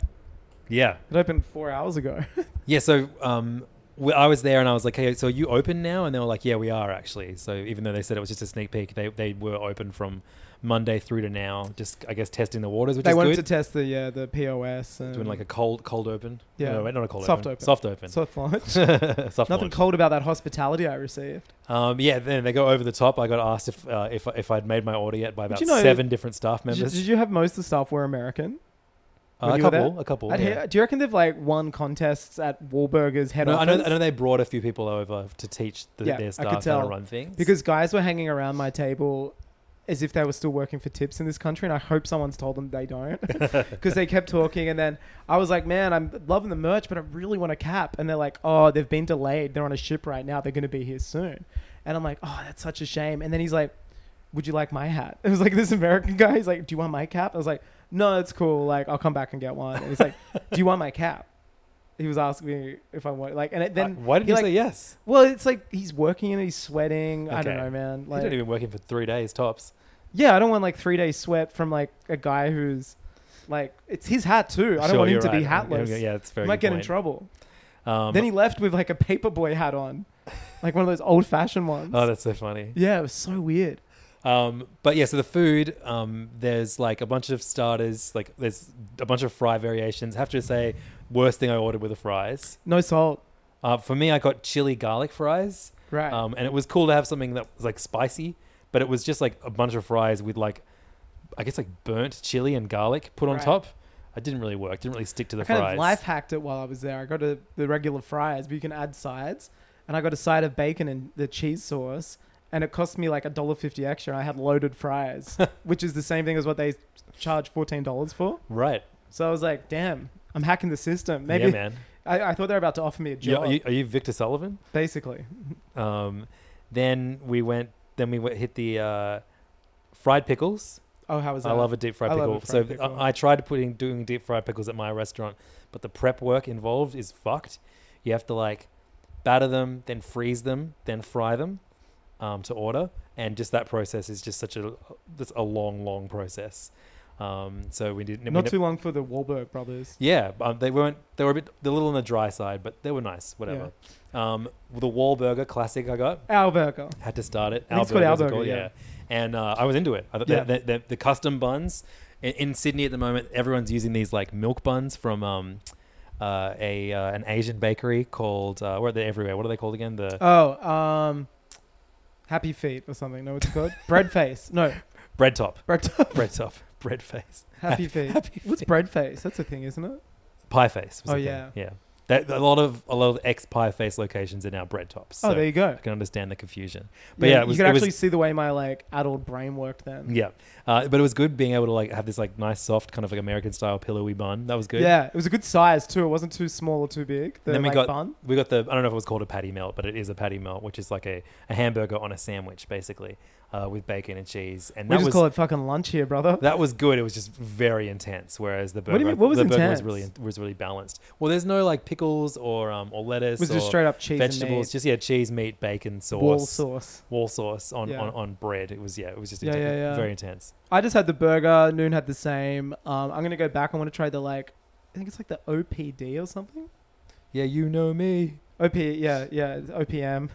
E: yeah.
D: It opened four hours ago.
E: Yeah, so um, we, I was there and I was like, hey, so are you open now? And they were like, yeah, we are actually. So even though they said it was just a sneak peek, they, they were open from Monday through to now, just, I guess, testing the waters, which
D: they
E: is
D: wanted
E: good.
D: to test the uh, the POS and
E: Doing like a cold cold open.
D: Yeah.
E: No, wait, not a cold
D: Soft open.
E: Soft open.
D: soft launch.
E: Soft
D: Nothing
E: launch.
D: cold about that hospitality I received.
E: Um, yeah, then they go over the top. I got asked if uh, if if I'd made my order yet by about
D: you know-
E: seven different staff
D: Did you,
E: members.
D: did you have most of the staff were American?
E: Uh,
D: when
E: a
D: you were there?
E: couple, a couple.
D: I'd
E: yeah.
D: hear- do you reckon they've like won contests at Wahlburgers head
E: No, I
D: office?
E: know, I know they brought a few people over to teach the,
D: Yeah, I
E: their
D: could
E: staff how to
D: tell.
E: run things.
D: because guys were hanging around my table as if they were still working for tips in this country and i hope someone's told them they don't because they kept talking and then i was like man i'm loving the merch but i really want a cap and they're like oh they've been delayed they're on a ship right now they're going to be here soon and i'm like oh that's such a shame and then he's like would you like my hat it was like this american guy he's like do you want my cap i was like no it's cool like i'll come back and get one and he's like do you want my cap he was asking me if i want like and it, then
E: Uh, why did
D: he,
E: you
D: like,
E: say yes?
D: well, it's like he's working and he's sweating. I don't
E: Okay.
D: know, man.
E: Like,
D: Like,
E: You've only been working for three days tops.
D: yeah, I don't want like three days sweat from like a guy who's like it's his hat too. I don't
E: Sure,
D: want him
E: you're
D: to be
E: right.
D: hatless.
E: Yeah, yeah, that's a very
D: He might
E: good
D: get in
E: point.
D: trouble.
E: Um,
D: then he left with like a paperboy hat on, like one of those old fashioned ones.
E: oh, that's so funny.
D: yeah, it was so weird.
E: Um, but yeah, so the food, um, there's like a bunch of starters, like there's a bunch of fry variations. have to say, worst thing I ordered were the fries.
D: No salt.
E: Uh, for me, I got chili garlic fries.
D: Right.
E: Um, and it was cool to have something that was like spicy, but it was just like a bunch of fries with like, I guess like burnt chili and garlic put on
D: Right.
E: top. It didn't really work. Didn't really stick to the
D: I kind
E: fries.
D: of life hacked it while I was there. I got a, the regular fries, but you can add sides. And I got a side of bacon and the cheese sauce, and it cost me like a dollar fifty extra. And I had loaded fries, which is the same thing as what they charge fourteen dollars for.
E: Right.
D: So I was like, damn, I'm hacking the system. Maybe
E: Yeah, man.
D: I, I thought they were about to offer me a
E: You,
D: job.
E: are, you, are you Victor Sullivan?
D: basically,
E: Um, then we went Then we went, hit the uh, fried pickles.
D: Oh, how was that?
E: I love a deep fried
D: I love
E: pickle.
D: a fried
E: so
D: pickle.
E: I, I tried putting doing deep fried pickles at my restaurant, but the prep work involved is fucked. You have to like batter them, then freeze them, then fry them um, to order, and just that process is just such a that's a long, long process. Um, so we didn't we
D: Not
E: ne-
D: too long for the Wahlberg brothers.
E: yeah, um, they weren't. They were a bit. They're a little on the dry side, but they were nice. Whatever. Um, the Wahlburger classic I got
D: Our burger.
E: had to start it.
D: I think it's called
E: Albergo's
D: Albergo,
E: called,
D: yeah.
E: And uh, I was into it. I thought
D: Yeah.
E: the, the, the, the custom buns in, in Sydney at the moment, everyone's using these like milk buns from um, uh, a uh, an Asian bakery called. Uh, where are they everywhere? What are they called again? The
D: Oh, um, Happy Feet or something. No, it's called bread face. No,
E: bread top.
D: bread.
E: Bread top. Bread face.
D: Happy Feet.
E: Happy
D: What's
E: Feet.
D: bread face? That's a thing, isn't it?
E: Pie face. was
D: Oh,
E: the thing.
D: yeah.
E: Yeah. That, a lot of a lot of ex pie face locations are now bread tops.
D: oh,
E: so
D: there you go.
E: I can understand the confusion. But yeah, it was,
D: you
E: it
D: could
E: was-
D: actually see the way my like adult brain worked then.
E: Yeah, uh, but it was good being able to like have this like nice, soft, kind of like American style pillowy bun. That was good.
D: Yeah, it was a good size too. It wasn't too small or too big. The
E: And then we
D: like,
E: got
D: bun.
E: we got the I don't know if it was called a patty melt, but it is a patty melt, which is like a, a hamburger on a sandwich, basically, uh, with bacon and cheese. And
D: We
E: that
D: just
E: was
D: call it fucking lunch here, brother.
E: that was good. It was just very intense. Whereas the burger,
D: What do you mean- what was
E: the burger was
D: intense?
E: really was really balanced. Well, there's no like pickles or um or lettuce.
D: It was
E: or
D: just straight up cheese and
E: vegetables.
D: meat.
E: Just yeah, cheese, meat, bacon, sauce,
D: wall sauce.
E: wall sauce on,
D: Yeah.
E: on, on bread. It was yeah, it was just
D: Yeah,
E: intense,
D: yeah, yeah.
E: very intense.
D: I just had the burger. Noon had the same. Um, I'm gonna go back. I want to try the like. I think it's like the OPD or something.
E: Yeah, you know me.
D: OP. Yeah, yeah. it's OPM.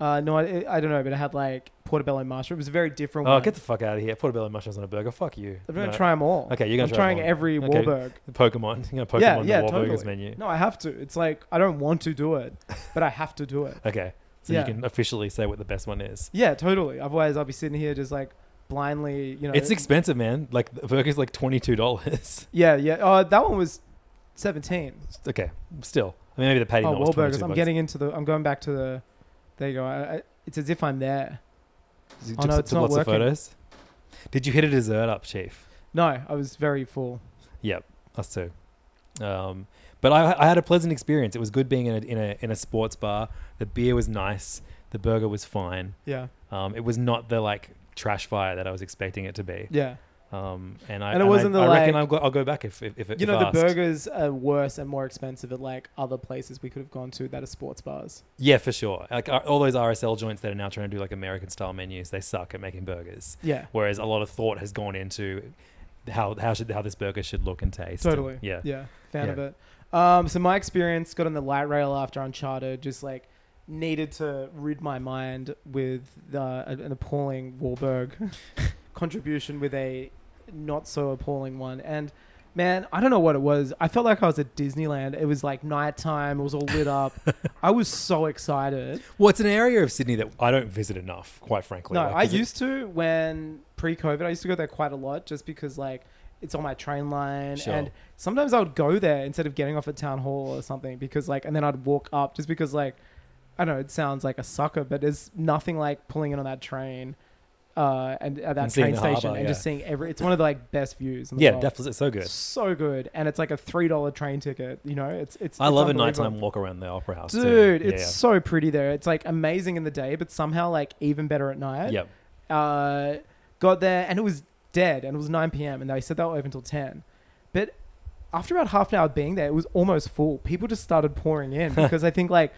D: uh, no, I, I don't know, but I had like portobello mushroom. It was a very different.
E: Oh,
D: one.
E: get the fuck out of here! Portobello mushrooms on a burger. Fuck you.
D: I'm gonna
E: No.
D: try them all.
E: Okay, you're gonna
D: I'm
E: try 'em
D: trying
E: all.
D: every
E: Okay.
D: Wahlberg.
E: Pokemon. You're gonna Pokemon
D: yeah, yeah,
E: the Wahlburgers
D: totally.
E: menu.
D: No, I have to. It's like I don't want to do it, but I have to do it.
E: Okay, so
D: Yeah.
E: you can officially say what the best one is.
D: Yeah, totally. Otherwise, I'll be sitting here just like blindly, you know.
E: It's expensive, man. Like the burger's like twenty two dollars.
D: yeah, yeah. Uh, that one was seventeen.
E: okay, still. I mean, maybe the patty
D: Oh,
E: melt was
D: Wahlburgers.
E: 22
D: I'm
E: bucks.
D: getting into the. I'm going back to the. There you go. I, I, it's as if I'm there.
E: You
D: Oh,
E: took
D: no,
E: s-
D: it's
E: took
D: not
E: lots
D: working.
E: of photos. Did you hit a dessert up, Chief?
D: No, I was very full.
E: Yep, us too. Um, but I, I had a pleasant experience. It was good being in a, in a in a sports bar. The beer was nice. The burger was fine.
D: Yeah,
E: Um, it was not the like trash fire that I was expecting it to be.
D: yeah.
E: Um, and I
D: And it wasn't
E: I,
D: the,
E: I reckon
D: like-
E: I'll go, I'll go back if if, if
D: You
E: if
D: know,
E: asked.
D: the burgers are worse and more expensive at like other places we could have gone to that are sports bars.
E: Yeah, for sure. Like uh, all those RSL joints that are now trying to do like American style menus, they suck at making burgers.
D: Yeah,
E: Whereas a lot of thought has gone into how how should how this burger should look and taste.
D: totally.
E: Yeah.
D: yeah. Fan
E: Yeah.
D: of it. Um, so my experience got on the light rail after Uncharted. Just like needed to rid my mind with uh, an appalling Wahlberg contribution with a not so appalling one. And man, I don't know what it was. I felt like I was at Disneyland. It was like nighttime. It was all lit up. I was so excited.
E: Well, it's an area of Sydney that I don't visit enough, quite frankly.
D: No,
E: Like,
D: I
E: is it-
D: used to when pre-COVID. I used to go there quite a lot, just because like it's on my train line,
E: Sure.
D: and sometimes I would go there instead of getting off at town hall or something, because like, and then I'd walk up, just because like, I don't know, it sounds like a sucker, but there's nothing like pulling in on that train, uh, and at that
E: And seeing
D: train
E: the
D: station,
E: harbour,
D: and just
E: yeah.
D: seeing every. It's one of the like best views. In the
E: Yeah,
D: world.
E: definitely. It's so good.
D: So good, and it's like a three dollar train ticket. You know, it's it's.
E: I
D: it's
E: love a
D: unbelievable.
E: nighttime walk around the Opera House. too.
D: Dude,
E: Yeah,
D: it's so pretty there. It's like amazing in the day, but somehow like even better at
E: yeah.
D: night
E: Yep.
D: uh, got there and it was dead and it was 9 p.m. and they said they were open till 10. But after about half an hour being there, it was almost full. People just started pouring in because I think like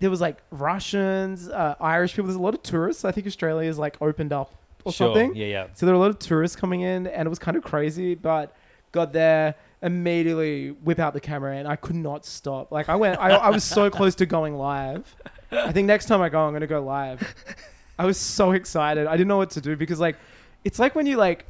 D: there was like Russians, uh, Irish people. There's a lot of tourists. I think Australia's like opened up or
E: sure.
D: something.
E: Yeah, yeah.
D: So there were a lot of tourists coming in, and it was kind of crazy. But got there immediately, whip out the camera, and I could not stop. Like I went, I, I was so close to going live. I think next time I go, I'm gonna go live. I was so excited. I didn't know what to do because like, it's like when you like.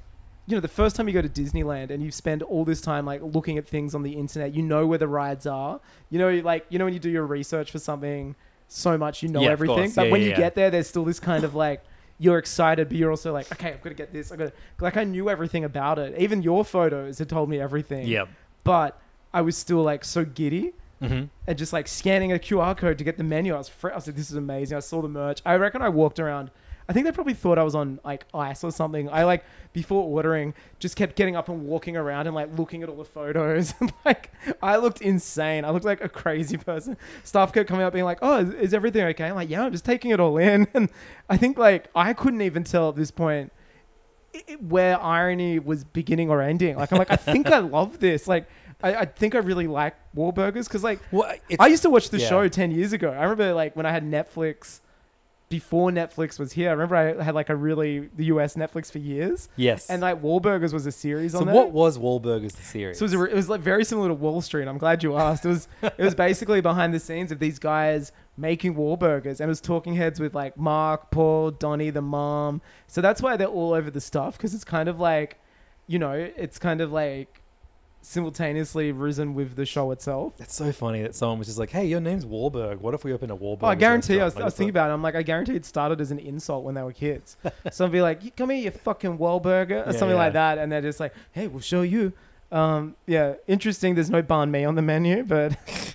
D: You know, the first time you go to Disneyland and you spend all this time like looking at things on the internet, you know where the rides are. You know, like you know when you do your research for something so much, you know
E: Yeah, of
D: everything.
E: course.
D: But
E: Yeah,
D: when
E: yeah,
D: you
E: yeah.
D: get there, there's still this kind of like you're excited, but you're also like, okay, I've got to get this. I got to like I knew everything about it. Even your photos had told me everything.
E: Yep.
D: But I was still like so giddy
E: Mm-hmm.
D: and just like scanning a QR code to get the menu. I was, fr- I was like, this is amazing. I saw the merch. I reckon I walked around. I think they probably thought I was on like ice or something. I like before ordering just kept getting up and walking around and like looking at all the photos. And, like I looked insane. I looked like a crazy person. Staff kept coming up being like, "Oh, is, is everything okay?" I'm like, "Yeah, I'm just taking it all in." And I think like I couldn't even tell at this point i- where irony was beginning or ending. Like I'm like, I think I love this. Like I, I think I really like Wahlburgers because like
E: Well, it's-
D: I used to watch the
E: yeah.
D: show ten years ago. I remember like when I had Netflix before Netflix was here. I remember I had like a really the US Netflix for years.
E: Yes.
D: and like Wahlburgers was a series
E: So
D: on there.
E: what was Wahlburgers the series?
D: So it was, a, re- it was like very similar to Wall Street. I'm glad you asked. It was it was basically behind the scenes of these guys making Wahlburgers, and it was talking heads with like Mark, Paul, Donnie, the mom. So that's why they're all over the stuff because it's kind of like, you know, it's kind of like simultaneously risen with the show itself.
E: That's so funny that someone was just like, "Hey, your name's Wahlberg. What if we open a Wahlburg?"
D: Oh, I guarantee. I was, I was thinking about it. I'm like, I guarantee it started as an insult when they were kids. Someone be like, "You- "Come here, you fucking Wahlburger," or
E: Yeah,
D: something like
E: yeah.
D: that, and they're just like, "Hey, we'll show you." Um, yeah, interesting. There's no banh mi on the menu, but I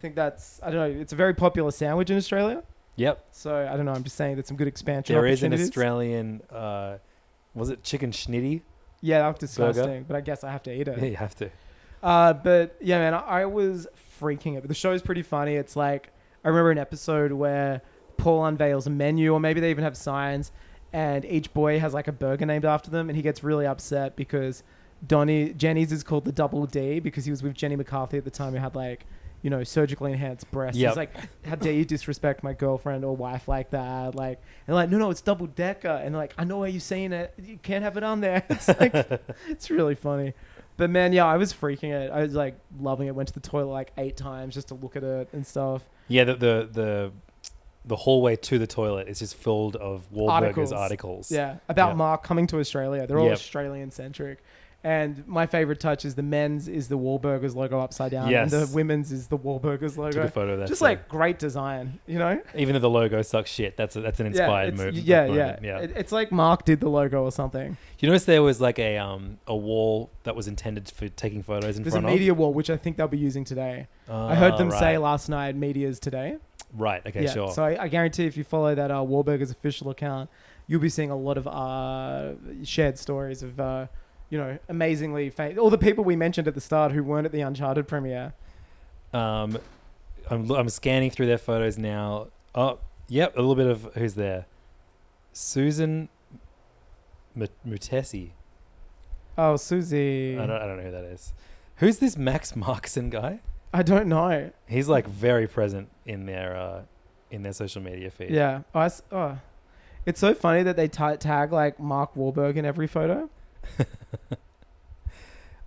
D: think that's I don't know. It's a very popular sandwich in Australia,
E: Yep,
D: so I don't know. I'm just saying there's some good expansion.
E: there is an
D: opportunities.
E: Australian. Uh, was it chicken schnitty?
D: Yeah, that's disgusting, but I guess I have to eat it.
E: Yeah, you have to.
D: Uh, but yeah, man, I, I was freaking it. But the show's pretty funny. It's like I remember an episode where Paul unveils a menu, or maybe they even have signs, and each boy has like a burger named after them, and he gets really upset because Donnie Jenny's is called the Double D because he was with Jenny McCarthy at the time who had like. You know, surgically enhanced breasts.
E: Yep.
D: He's like, "How dare you disrespect my girlfriend or wife like that?" Like, and like, "No, no, it's double decker." And like, "I know why you're saying it. You can't have it on there." It's like, it's really funny. But man, yeah, I was freaking it. I was like loving it. Went to the toilet like eight times just to look at it and stuff.
E: Yeah, the the the, the hallway to the toilet is just filled of Wahlburgers
D: Articles.
E: articles.
D: Yeah, about
E: Yeah.
D: Mark coming to Australia. They're all
E: Yep.
D: Australian centric. And my favorite touch is the men's is the Wahlburgers logo upside down,
E: Yes.
D: and the women's is the Wahlburgers logo.
E: a photo of that
D: Just
E: too.
D: like great design, you know.
E: Even though the logo sucks shit, that's a, that's an
D: yeah,
E: inspired
D: it's-
E: move.
D: Yeah, yeah,
E: moment, yeah.
D: It- it's like Mark did the logo or something.
E: you notice there was like a um a wall that was intended for taking photos in
D: There's a
E: front
D: media wall which I think they'll be using today.
E: of.
D: I heard
E: Ah,
D: them
E: right.
D: say last night, "Media's today."
E: Right. Okay.
D: yeah.
E: Sure.
D: So I, I guarantee if you follow that uh, Wahlburgers official account, you'll be seeing a lot of uh, shared stories of, uh, you know, amazingly famous. All the people we mentioned at the start who weren't at the Uncharted premiere.
E: Um, I'm, I'm scanning through their photos now. Oh, yep, a little bit of who's there. Susan M- Mutesi.
D: Oh, Susie.
E: I, don't, I don't know who that is. Who's this Max Markson guy?
D: know.
E: He's like very present in their uh, in their social media feed.
D: Yeah. Oh, I s- oh. It's so funny that they ta tag like Mark Wahlberg in every photo.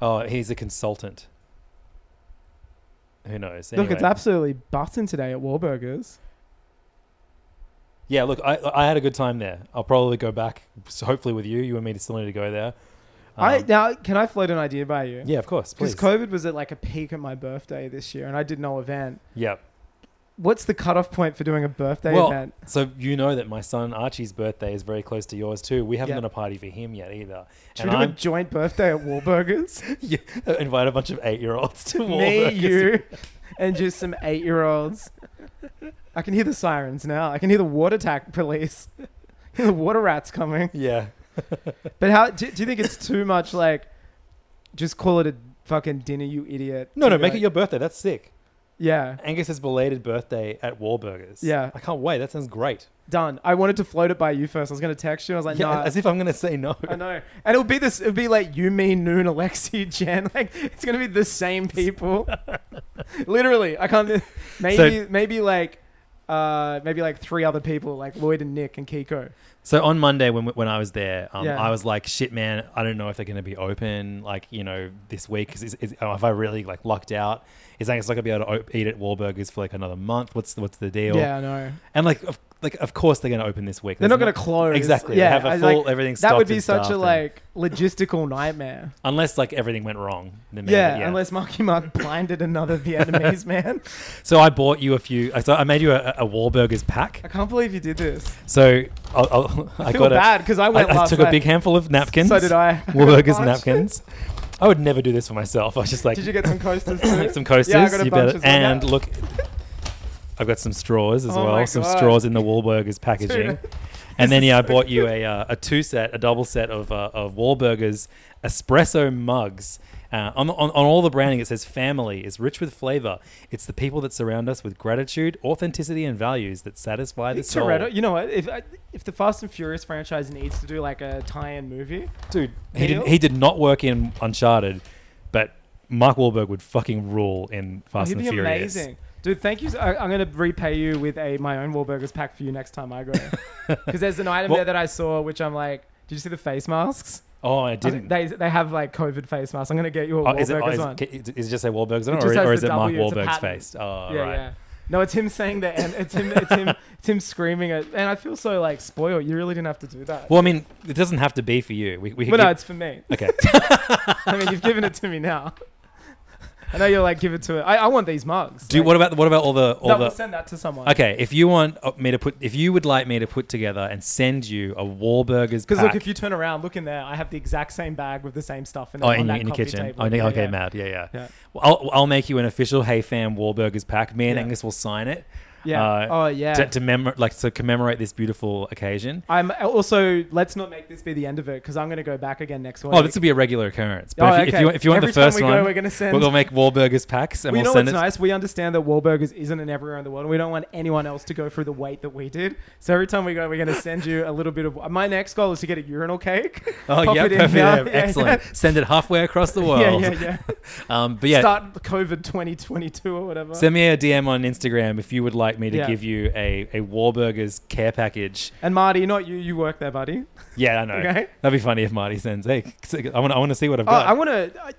E: Oh, he's a consultant. Who knows?
D: Look, it's
E: Anyway.
D: absolutely busting today at Wahlburgers.
E: Yeah, look, I I had a good time there. I'll probably go back. So hopefully with you, you and me still need to go there.
D: I
E: Um,
D: now can I float an idea by you?
E: yeah, of course,
D: Because
E: please.
D: COVID was at like a peak at my birthday this year, and I did no event.
E: yeah.
D: What's the cutoff point for doing a birthday
E: well,
D: event?
E: So you know that my son Archie's birthday is very close to yours too. We haven't
D: Yeah.
E: done a party for him yet either.
D: Should we
E: and
D: do a
E: I'm
D: joint birthday at Wahlburgers?
E: yeah, invite a bunch of eight-year-olds to
D: Me,
E: Wahlburgers.
D: you, and just some eight-year-olds. I can hear the sirens now. I can hear the water tack police. Hear the water rats coming.
E: Yeah.
D: But how do, do you think it's too much? Like, just call it a fucking dinner, you idiot.
E: No,
D: To
E: no,
D: be
E: make
D: like-
E: it your birthday. That's sick.
D: yeah.
E: Angus's belated birthday at Wahlburgers.
D: Yeah.
E: I can't wait. That sounds great.
D: Done. I wanted to float it by you first. I was gonna text you. I was like,
E: yeah,
D: no.
E: as if I'm gonna say no.
D: I know. And it'll be this it'll be like you, me, Noon, Alexi, Jen. Like it's gonna be the same people. Literally. I can't maybe maybe like uh maybe like three other people, like Lloyd and Nick and Kiko.
E: So on Monday when when I was there, um,
D: Yeah.
E: I was like, "Shit, man, I don't know if they're going to be open like you know this week. 'cause is, is, oh, have I really like lucked out? Is Angus not going to be able to op- eat at Wahlburgers for like another month? What's the, what's the deal?
D: Yeah, I know.
E: And like, of, like of course they're going to open this week.
D: They're
E: There's
D: not gonna
E: no-
D: close.
E: Exactly. They
D: Yeah.
E: have a
D: I was
E: full
D: like,
E: everything.
D: That would
E: stocked
D: be
E: and
D: such
E: stuffed
D: a
E: and-
D: like logistical nightmare.
E: unless like everything went wrong. Then maybe,
D: Yeah, unless Marky Mark blinded another Vietnamese man.
E: So I bought you a few. I- So I made you a, a Wahlburgers
D: I
E: pack.
D: can't believe you did this.
E: So I'll, I'll, I,
D: I feel
E: got a,
D: bad because I went
E: I, I
D: last
E: took
D: night.
E: a big handful of napkins.
D: So did I.
E: Wahlburgers
D: Bunch.
E: napkins. I would never do this for myself. I was just like,
D: Did you get some coasters too?
E: some coasters.
D: Yeah, I got a
E: you
D: bunch
E: bet
D: as well.
E: And
D: Yeah.
E: look, I've got some straws as
D: Oh my
E: well. Some
D: God.
E: straws in the Wahlburgers packaging. And then yeah, I bought you a uh, a two set, a double set of uh, of Wahlburgers espresso mugs. Uh, on, on, on all the branding, it says family is rich with flavor. It's the people that surround us with gratitude, authenticity, and values that satisfy the soul.
D: Toretto, you know what? If I- if the Fast and Furious franchise needs to do like a tie-in movie,
E: Dude, he
D: Neil?
E: did, he did not work in Uncharted, but Mark Wahlberg would fucking rule in Fast
D: Oh, he'd
E: and
D: be
E: Furious.
D: amazing. Dude, thank you. so- I, am gonna repay you with a my own Wahlburgers pack for you next time I go, because there's an item
E: Well-
D: there that I saw which I'm like, did you see the face masks?
E: Oh, I
D: I think
E: didn't.
D: They they have like COVID face masks. I'm gonna get you a
E: Oh,
D: Wahlburgers
E: is, it, oh, is,
D: one.
E: it- is it just say Wahlberg's
D: It
E: on it,
D: just
E: or,
D: has
E: or
D: the
E: is it Mark
D: W, it's a
E: Wahlberg's
D: pattern.
E: face? Oh,
D: yeah,
E: right.
D: yeah. No, it's him saying that, and it's him, it's him, it's him screaming it. And I feel so like spoiled. You really didn't have to do that.
E: Well, I mean, it doesn't have to be for you. We, we could
D: but no,
E: give-
D: it's for me.
E: okay.
D: I mean, you've given it to me now. I know you're like, give it to it. I, I want these mugs.
E: Do you-
D: like,
E: what about what about all the all
D: No, we'll
E: the?
D: send that to someone.
E: Okay, if you want uh, me to put, if you would like me to put together and send you a Wahlburgers
D: Because look,
E: pack,
D: if you turn around, look in there. I have the exact same bag with the same stuff in,
E: oh,
D: on
E: in,
D: that
E: in the
D: coffee
E: kitchen,
D: Table.
E: oh,
D: Yeah,
E: yeah, okay,
D: yeah.
E: Maad, yeah, yeah.
D: Yeah.
E: Well, I'll, I'll make you an official Hey Fam Wahlburgers pack. Me and
D: Yeah.
E: Angus will sign it.
D: Yeah.
E: uh,
D: oh yeah.
E: To, to memor- like to commemorate this beautiful occasion.
D: I'm also. Let's not make this be the end of it because I'm going to go back again next week.
E: Oh, this will be a regular occurrence. But
D: Oh,
E: if, you, if
D: okay.
E: you if you want
D: Every
E: the
D: time
E: first
D: we go,
E: one,
D: we're gonna send-
E: we'll make Wahlburgers packs
D: Well,
E: and we'll,
D: you know
E: send
D: what's
E: it.
D: nice? We understand that Wahlburgers isn't in everywhere in the world. and We don't want anyone else to go through the wait that we did. So every time we go, we're going to send you a little bit of. My next goal is to get a urinal cake.
E: Oh
D: Pop
E: yeah,
D: it in
E: perfect.
D: now.
E: Yeah, excellent. Send it halfway across the
D: Yeah,
E: world.
D: yeah, yeah.
E: Um, but yeah,
D: Start COVID 2022 or whatever.
E: send me a DM on Instagram if you would like me to
D: Yeah.
E: give you a a Wahlburgers care package.
D: and Marty, not you. You work there, buddy.
E: Yeah, I know.
D: Okay.
E: That'd be funny if Marty sends. Hey, I want I want to see what I've
D: Oh, I
E: got.
D: want to.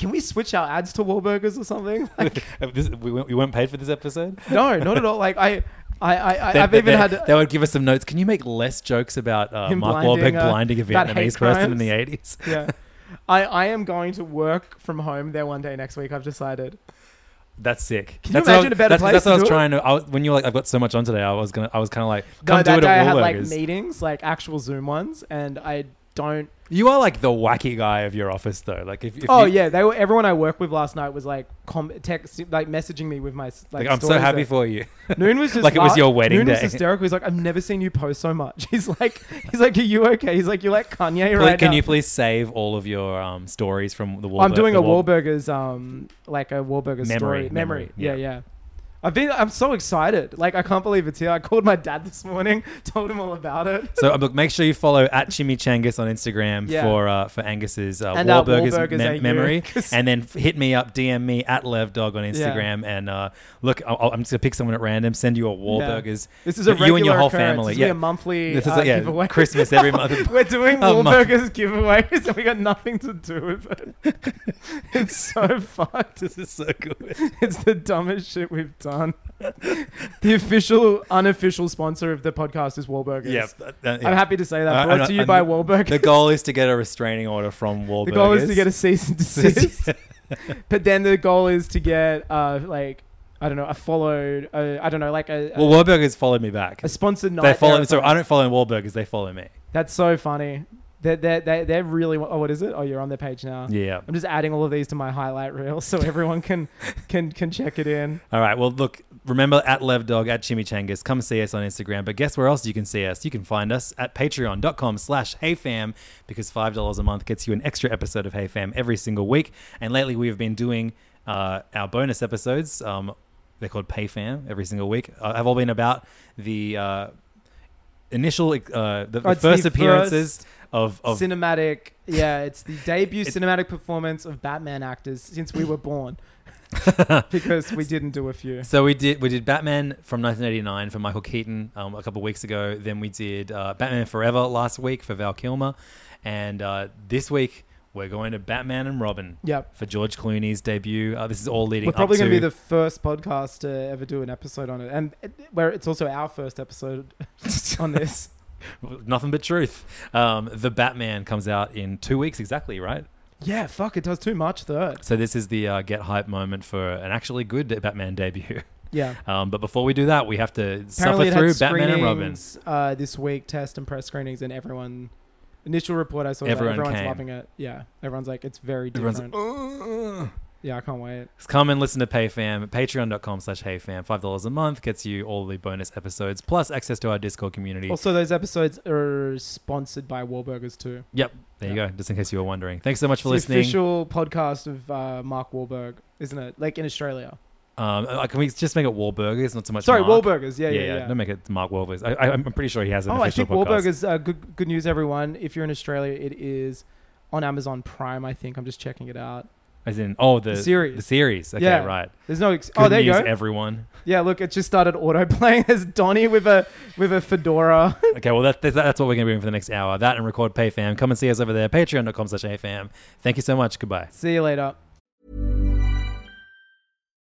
D: Can we switch our ads to Wahlburgers or something? Like,
E: This- we, weren't- we weren't paid for this episode.
D: no, not at all. Like I, I, I, I
E: They-
D: I've
E: they-
D: even
E: they-
D: had.
E: they would give us some notes. Can you make less jokes about uh,
D: Him
E: Mark
D: blinding,
E: Wahlberg
D: uh,
E: blinding a
D: about hate
E: Vietnamese person in
D: crimes?
E: the eighties?
D: yeah. I, I am going to work from home there one day next week. I've decided.
E: That's sick.
D: Can you
E: that's what I
D: imagine
E: was-
D: a better
E: that's,
D: place
E: That's
D: to
E: what I
D: do
E: was
D: it?
E: trying to. I was, when you were like, I've got so much on today. I was gonna. I was kind of like, come
D: no,
E: do
D: that
E: it
D: day I
E: at
D: had like
E: Wahlburgers.
D: meetings, like actual Zoom ones, and I don't.
E: you are like the wacky guy of your office, though. Like, if, if
D: oh
E: you,
D: yeah, they were. Everyone I worked with last night was like com- text, like messaging me with my s- like.
E: like, I'm so
D: stories
E: happy
D: that-
E: for you.
D: Noon was just
E: Like it was
D: la-
E: your wedding
D: Noon was
E: day.
D: hysterical. He's like, I've never seen you post so much. He's like, he's like, are you okay? He's like, you're like Kanye
E: Please-
D: right
E: can
D: now.
E: you please save all of your um, stories from the Wahlberg?
D: I'm doing
E: the
D: a
E: Wahl-
D: Wahlburgers, um, like a Wahlburgers
E: Memory,
D: story. Memory.
E: memory,
D: Yeah,
E: yeah.
D: yeah. I've been. I'm so excited. Like I can't believe it's here. I called my dad this morning, told him all about it.
E: So uh, look, make sure you follow at Chimichangas on Instagram
D: Yeah.
E: for uh, for Angus's uh,
D: And, uh,
E: Wahlburgers,
D: Wahlburgers
E: mem-
D: at you,
E: memory,
D: 'cause-
E: and then f- hit me up, DM me at LevDog on Instagram, and uh, look, I'll, I'll- I'm just gonna pick someone at random, send you a Wahlburgers.
D: This is a
E: you and your
D: regular
E: whole
D: occurrence.
E: family.
D: This will be
E: yeah,
D: a monthly
E: This is
D: uh,
E: like, yeah,
D: giveaway.
E: Christmas every month.
D: We're doing
E: Oh, my-
D: Wahlburgers giveaways, and we got nothing to do with it. it's so fucked.
E: this is so good.
D: It's the dumbest shit we've done. the official, unofficial sponsor of the podcast is Wahlburgers.
E: Yeah, uh, uh, yeah.
D: I'm happy to say that.
E: Uh,
D: Brought
E: and, uh,
D: to you
E: and
D: by
E: the-
D: Wahlburgers.
E: The goal is to get a restraining order from Wahlburgers.
D: The goal is to get a cease and desist. but then the goal is to get uh like I don't know a followed uh, I don't know like a a,
E: well, Wahlburgers followed me back.
D: a sponsored night.
E: They follow.
D: there.
E: So I don't follow Wahlburgers. They follow me.
D: That's so funny. They're, they're, they're, they're really oh what is it? Oh you're on their page now.
E: Yeah.
D: I'm just adding all of these to my highlight reel so everyone can can can check it in.
E: All right. Well, look. Remember at LevDog at Chimichangas. Come see us on Instagram. But guess where else you can see us? You can find us at Patreon.com/slash HeyFam because five dollars a month gets you an extra episode of HeyFam every single week. And lately we have been doing uh, our bonus episodes. Um, they're called PayFam every single week. Uh, have all been about the uh, initial uh, the,
D: Oh,
E: the
D: it's the
E: first appearances of of
D: Cinematic, yeah, it's the debut cinematic performance of Batman actors since we were born. because we didn't do a few.
E: So we did we did Batman from 1989 for Michael Keaton um, a couple of weeks ago. Then we did uh, Batman Forever last week for Val Kilmer, and uh, this week we're going to Batman and Robin.
D: Yep.
E: For George Clooney's debut, uh, this is all leading.
D: We're probably
E: up
D: going to be
E: to-
D: the first podcast to ever do an episode on it, and it- where it's also our first episode on this.
E: nothing but truth. Um, the Batman comes out in two weeks exactly, right?
D: Yeah, fuck, it does too much. Third,
E: So this is the uh, get hype moment for an actually good Batman debut.
D: yeah.
E: Um, but before we do that, we have to
D: Apparently, it
E: suffer
D: had
E: through Batman and Robin.
D: screenings uh, this week, test and press screenings, and everyone. Initial report I saw,
E: Everyone
D: everyone everyone's
E: came.
D: loving it. Yeah, everyone's like, it's very
E: Everyone's
D: different.
E: like, "Ugh."
D: Yeah, I can't wait.
E: Come and listen to PayFam at patreon.com slash HeyFam. $5 a month gets you all the bonus episodes plus access to our Discord community.
D: Also, those episodes are sponsored by Wahlburgers too.
E: yep, there you go, just in case you were wondering. Thanks so much for
D: It's the
E: listening.
D: official podcast of uh, Mark Wahlberg, isn't it? Like in Australia.
E: Um, uh, can we just make it Wahlburgers, not so much
D: Sorry,
E: Mark?
D: Wahlburgers. Yeah, yeah, yeah.
E: Don't make it Mark Wahlburgers. I, I, I'm pretty sure he has an
D: oh, I
E: official
D: think
E: podcast.
D: Wahlburgers. Uh, good, good news, everyone. If you're in Australia, it is on Amazon Prime. I think I'm just checking it out.
E: As in, oh, the,
D: The series.
E: The series. Okay,
D: Yeah.
E: right.
D: There's no. Ex-
E: Good
D: oh, there you
E: news,
D: go.
E: everyone.
D: yeah, look, it just started autoplaying. There's Donnie with a with a fedora.
E: Okay, well, that, that's that's what we're going to be doing for the next hour. That and record PayFam. Come and see us over there, patreon.com slash AFAM. Thank you so much. Goodbye.
D: See you later.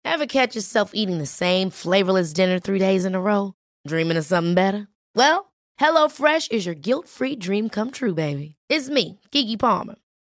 G: Ever catch yourself eating the same flavorless dinner three days in a row? Dreaming of something better? Well, HelloFresh is your guilt free dream come true, baby. It's me, Gigi Palmer.